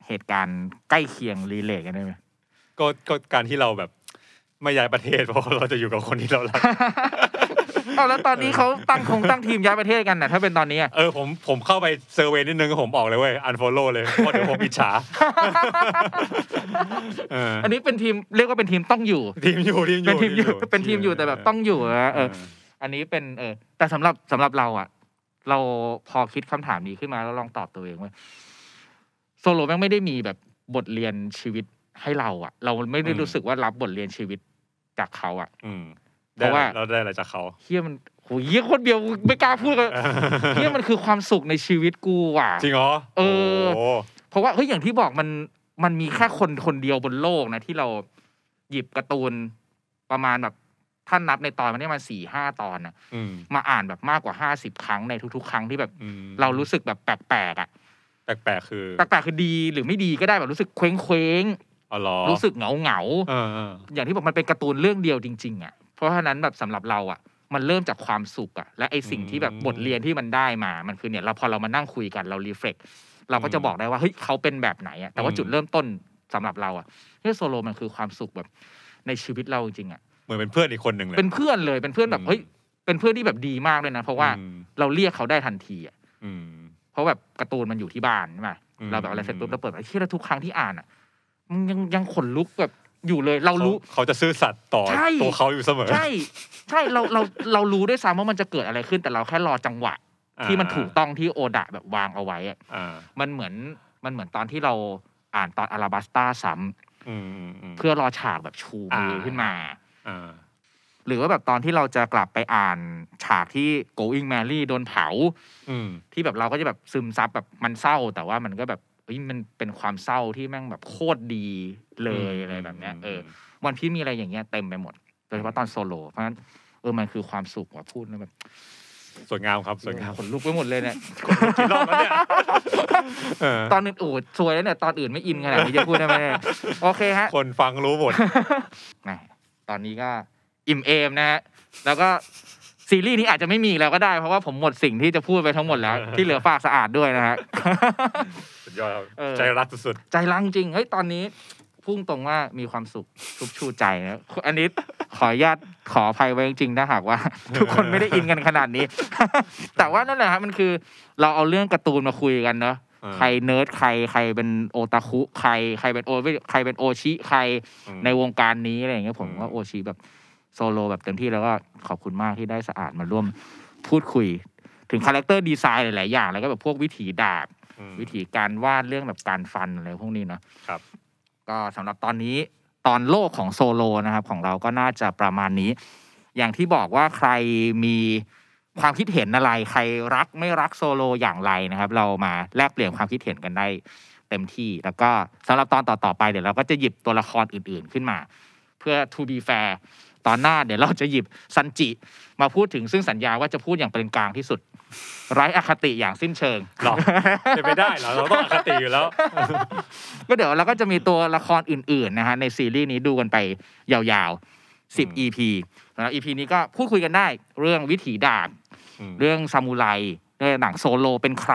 Speaker 4: เหตุการณ์ใกล้เคียงรีเลทกันได้ไหม
Speaker 5: ก็ก็การที่เราแบบไม่ย้ายประเทศเพ *laughs* ราะเราจะอยู่กับคนที่เรา
Speaker 4: *laughs*
Speaker 5: รัก
Speaker 4: เอาแล้วตอนนี้เขาตั้งคงตั้งทีมย้ายประเทศกันนะถ้าเป็นตอนนี้อะ
Speaker 5: เออผมผมเข้าไปเซอร์เวย์นิดนึงผมออกเลยเว้ยอันฟอลโล่เลยเพราะเดี๋ยวผมอิจฉา *laughs* เออ
Speaker 4: อันนี้เป็นทีมเรียกว่าเป็นทีมต้องอยู่
Speaker 5: ทีมอยู่ทีมอ
Speaker 4: เป็
Speaker 5: ยู่
Speaker 4: นทีมอยู่เป็นทีมอยู่แต่แบบต้องอยู่นะเออ อันนี้เป็นเออแต่สำหรับสำหรับเราอ่ะ เราพอคิดคำถามนี้ขึ้นมาแล้วลองตอบตัวเองว่าโซโลแม่งไม่ได้มีแบบบทเรียนชีวิตให้เราอ่ะ เราไม่ได้รู้สึกว่ารับบทเรียนชีวิตจากเขาอ่ะ
Speaker 5: อืม
Speaker 4: เพราะว่า
Speaker 5: ได้อไเราได้อะไรจากเขา
Speaker 4: เฮียมันโหเฮียโคนเดียวกูไม่กล้าพูดเลยเฮียมันคือความสุขในชีวิตกูว่ะ
Speaker 5: จริงเหรอ
Speaker 4: เออ
Speaker 5: โอ้
Speaker 4: เพราะว่าเฮ้ยอย่างที่บอกมันมันมีแค่คนคนเดียวบนโลกนะ ที่เราหยิบการ์ตูนประมาณแบบท่านนับในตอนมันได้มาสี่ห้าตอนนะ
Speaker 5: อืม
Speaker 4: มาอ่านแบบมากกว่าห้าสิบครั้งในทุกๆ ครั้งที่แบบ
Speaker 5: อืม
Speaker 4: เรารู้สึกแบบแปลกๆอ่ะ
Speaker 5: แปลกๆคือ
Speaker 4: แปลกๆคือดีหรือไม่ดีก็ได้แบบรู้สึกเคว้งเคว้ง
Speaker 5: อ๋อเหรอ
Speaker 4: ๆรู้สึกเหงาเหงาๆ
Speaker 5: เออเออ
Speaker 4: อย่างที่บอกมันเป็นการ์ตูนเรื่องเดียวจริง ๆ อ่ะ เพราะฉะนั้นแบบสำหรับเราอ่ะ มันเริ่มจากความสุขอ่ะและไอสิ่งที่แบบบทเรียนที่มันได้มา มันคือเนี่ยเราพอเรามานั่งคุยกันเรารีเฟล็กเราก็จะบอกได้ว่าเฮ้ยเขาเป็นแบบไหนอ่ะแต่ว่าจุดเริ่มต้นสำหรับเราอ่ะเฮ้ยโซโลมันคือความสุขแบบในชีวิตเราจริงๆอ่ะ
Speaker 5: เหมือนเป็นเพื่อนอีกคนหนึ่งเลย
Speaker 4: เป็นเพื่อนเลยเป็นเพื่อนแบบเฮ้ยเป็นเพื่อนที่แบบดีมากเลยนะ เพราะว่า
Speaker 5: อืม
Speaker 4: เราเรียกเขาได้ทันทีอ่ะ
Speaker 5: อืม
Speaker 4: เพราะแบบการ์ตูนมันอยู่ที่บ้านใช่ไหม
Speaker 5: อืม
Speaker 4: เราแบบอะไรเสร็จปุ๊บเราเปิดไอ้ที่เราทุกครั้งที่อ่านอ่ะมันยังยังขนลุกแบบอยู่เลยเรารู้
Speaker 5: เขาเขาจะซื่อสัตย์ต่อ
Speaker 4: ใช่
Speaker 5: ตัวเขาอยู่เสมอ
Speaker 4: ใช่ ใช่เราเราเรารู้ด้วยซ้ำว่ามันจะเกิดอะไรขึ้นแต่เราแค่รอจังหวะ
Speaker 5: อ่า
Speaker 4: ที่มันถูกต้องที่โอดะแบบวางเอาไว้อะ
Speaker 5: อ่า
Speaker 4: มันเหมือนมันเหมือนตอนที่เราอ่านตอนอาราบัสตาซ้ำ
Speaker 5: อืมอืมอืม
Speaker 4: เพื่อรอฉากแบบชูมืออา ขึ้นมา
Speaker 5: อ่า
Speaker 4: หรือว่าแบบตอนที่เราจะกลับไปอ่านฉากที่ going mary โดนเผา
Speaker 5: อืม
Speaker 4: ที่แบบเราก็จะแบบซึมซับแบบมันเศร้า แต่ว่ามันก็แบบเฮ้ยมันเป็นความเศร้าที่แม่งแบบโคตรดีเลยอะไรแบบเนี้ยเออวันพี่มีอะไรอย่างเงี้ยเต็มไปหมดโดยเฉพาะตอนโซโล่เพราะฉะนั้นเออมันคือความสุขว่ะพูดแล้วแบบ
Speaker 5: สวยงามครับสวยงาม
Speaker 4: ขนลุกไปหมดเลยเนี่ย
Speaker 5: กี่รอบแล้วเนี่ยเออ
Speaker 4: ตอนอื่นโอ้โหซวยแล้วเนี่ยตอนอื่นไม่อินขนาดนี้จะพูด
Speaker 5: *laughs*
Speaker 4: ได้ไหมเนี่ยโอเคฮะ
Speaker 5: คนฟังรู้หมด
Speaker 4: นะตอนนี้ก็อิ่มเอมนะฮะแล้วก็ซีรีส์นี้อาจจะไม่มีอีกแล้วก็ได้ เพราะว่าผมหมดสิ่งที่จะพูดไปทั้งหมด
Speaker 5: *laughs*
Speaker 4: แล้ว ที่เหลือฝากสะอาดด้วยนะฮะ
Speaker 5: สุดยอดครับ
Speaker 4: เออ
Speaker 5: ใจรักสุด
Speaker 4: ใจรังจริง เฮ้ย ตอนนี้พุ่งตรงว่ามีความสุขชุบชูใจนะอันนี้ขออนุญาตขออภัยไว้จริงๆนะหากว่า *laughs* ทุกคนไม่ได้อินกันขนาดนี้ *laughs* แต่ว่านั่นแหละครับมันคือ เราเอาเรื่องการ์ตูนมาคุยกันเนาะ
Speaker 5: ๆอ่า
Speaker 4: ใครเนิร์ดใครใครเป็นโอตาคุใครใครเป็นโอใครเป็นโอชิใคร
Speaker 5: อืม
Speaker 4: ในวงการนี้อะไรอย่างเงี้ยผม
Speaker 5: อืม
Speaker 4: ว่าโอชิแบบโซโลแบบเต็มที่แล้วก็ขอบคุณมากที่ได้สะอาดมาร่วมพูดคุย ถึงคาแรคเตอร์ดีไซน์หลายๆอย่างแล้วก็แบบพวกวิถีดาบ
Speaker 5: อืม
Speaker 4: วิธีการวาดเรื่องแบบการฟันอะไรพวกนี้เนาะ
Speaker 5: ครับ
Speaker 4: ก็สำหรับตอนนี้ตอนโลกของโซโลนะครับ ของเราก็น่าจะประมาณนี้ อย่างที่บอกว่าใครมีความคิดเห็นอะไร ใครรักไม่รักโซโลอย่างไรนะครับ เรามาแลกเปลี่ยนความคิดเห็นกันได้เต็มที่ แล้วก็สำหรับตอนต่อๆไปเดี๋ยวเราก็จะหยิบตัวละครอื่นๆขึ้นมา เพื่อ to be fair ตอนหน้าเดี๋ยวเราจะหยิบซันจิ มาพูดถึงซึ่งสัญญาว่าจะพูดอย่างเป็นกลางที่สุด ไร้อคติอย่างสิ้นเชิง
Speaker 5: หรอเป็นไปได้เหรอเราต้องอคติอยู่แล้ว
Speaker 4: ก็เดี๋ยวเราก็จะมีตัวละครอื่น ๆ นะฮะในซีรีส์นี้ดูกันไปยาวๆ
Speaker 5: อืม
Speaker 4: 10 EP แล้ว EP นี้ก็พูดคุยกันได้ เรื่องวิถีดาบ
Speaker 5: อืม
Speaker 4: เรื่องซามูไรเรื่องหนังโซโลเป็นใคร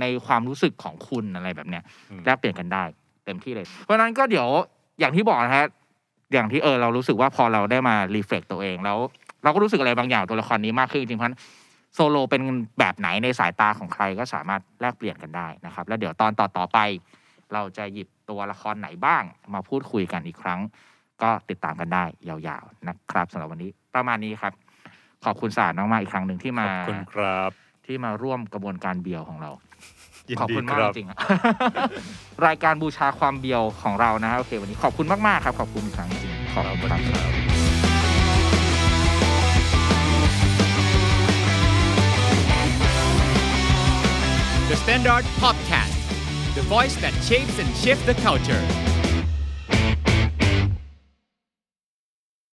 Speaker 4: ในความรู้สึกของคุณอะไรแบบเนี้ย
Speaker 5: อืม
Speaker 4: แลกเปลี่ยนกันได้เต็มที่เลย เพราะฉะนั้นก็เดี๋ยวอย่างที่บอกนะฮะอย่างที่เออเรารู้สึกว่าพอเราได้มารีเฟล็กตัวเองแล้ว เราก็รู้สึกอะไรบางอย่างตัวละครนี้มากขึ้นจริงๆเพราะฉะนั้นโซโลเป็นแบบไหนในสายตาของใครก็สามารถแลกเปลี่ยนกันได้นะครับ แล้วเดี๋ยวตอนต่อๆไป เราจะหยิบตัวละครไหนบ้างมาพูดคุยกันอีกครั้ง ก็ติดตามกันได้ยาวๆนะครับสำหรับวันนี้ประมาณนี้ครับ ขอบคุณสารมากๆอีกครั้งหนึ่งที่
Speaker 5: ข
Speaker 4: มา
Speaker 5: อบคุณครับ
Speaker 4: ที่มาร่วมกระบวนการเบียวของเรา
Speaker 5: ยิน
Speaker 4: ขอบ
Speaker 5: ดี
Speaker 4: คุณ
Speaker 5: ค
Speaker 4: มาก
Speaker 5: รับ
Speaker 4: จริงๆอะ *laughs* รายการบูชาความเบียวของเรานะฮะโอเค วันนี้ขอบคุณมากๆครับ ขอบคุณอีกครั้งจริงๆขอบคุณครับ
Speaker 2: The Standard Podcast The Voice that shapes and shifts the culture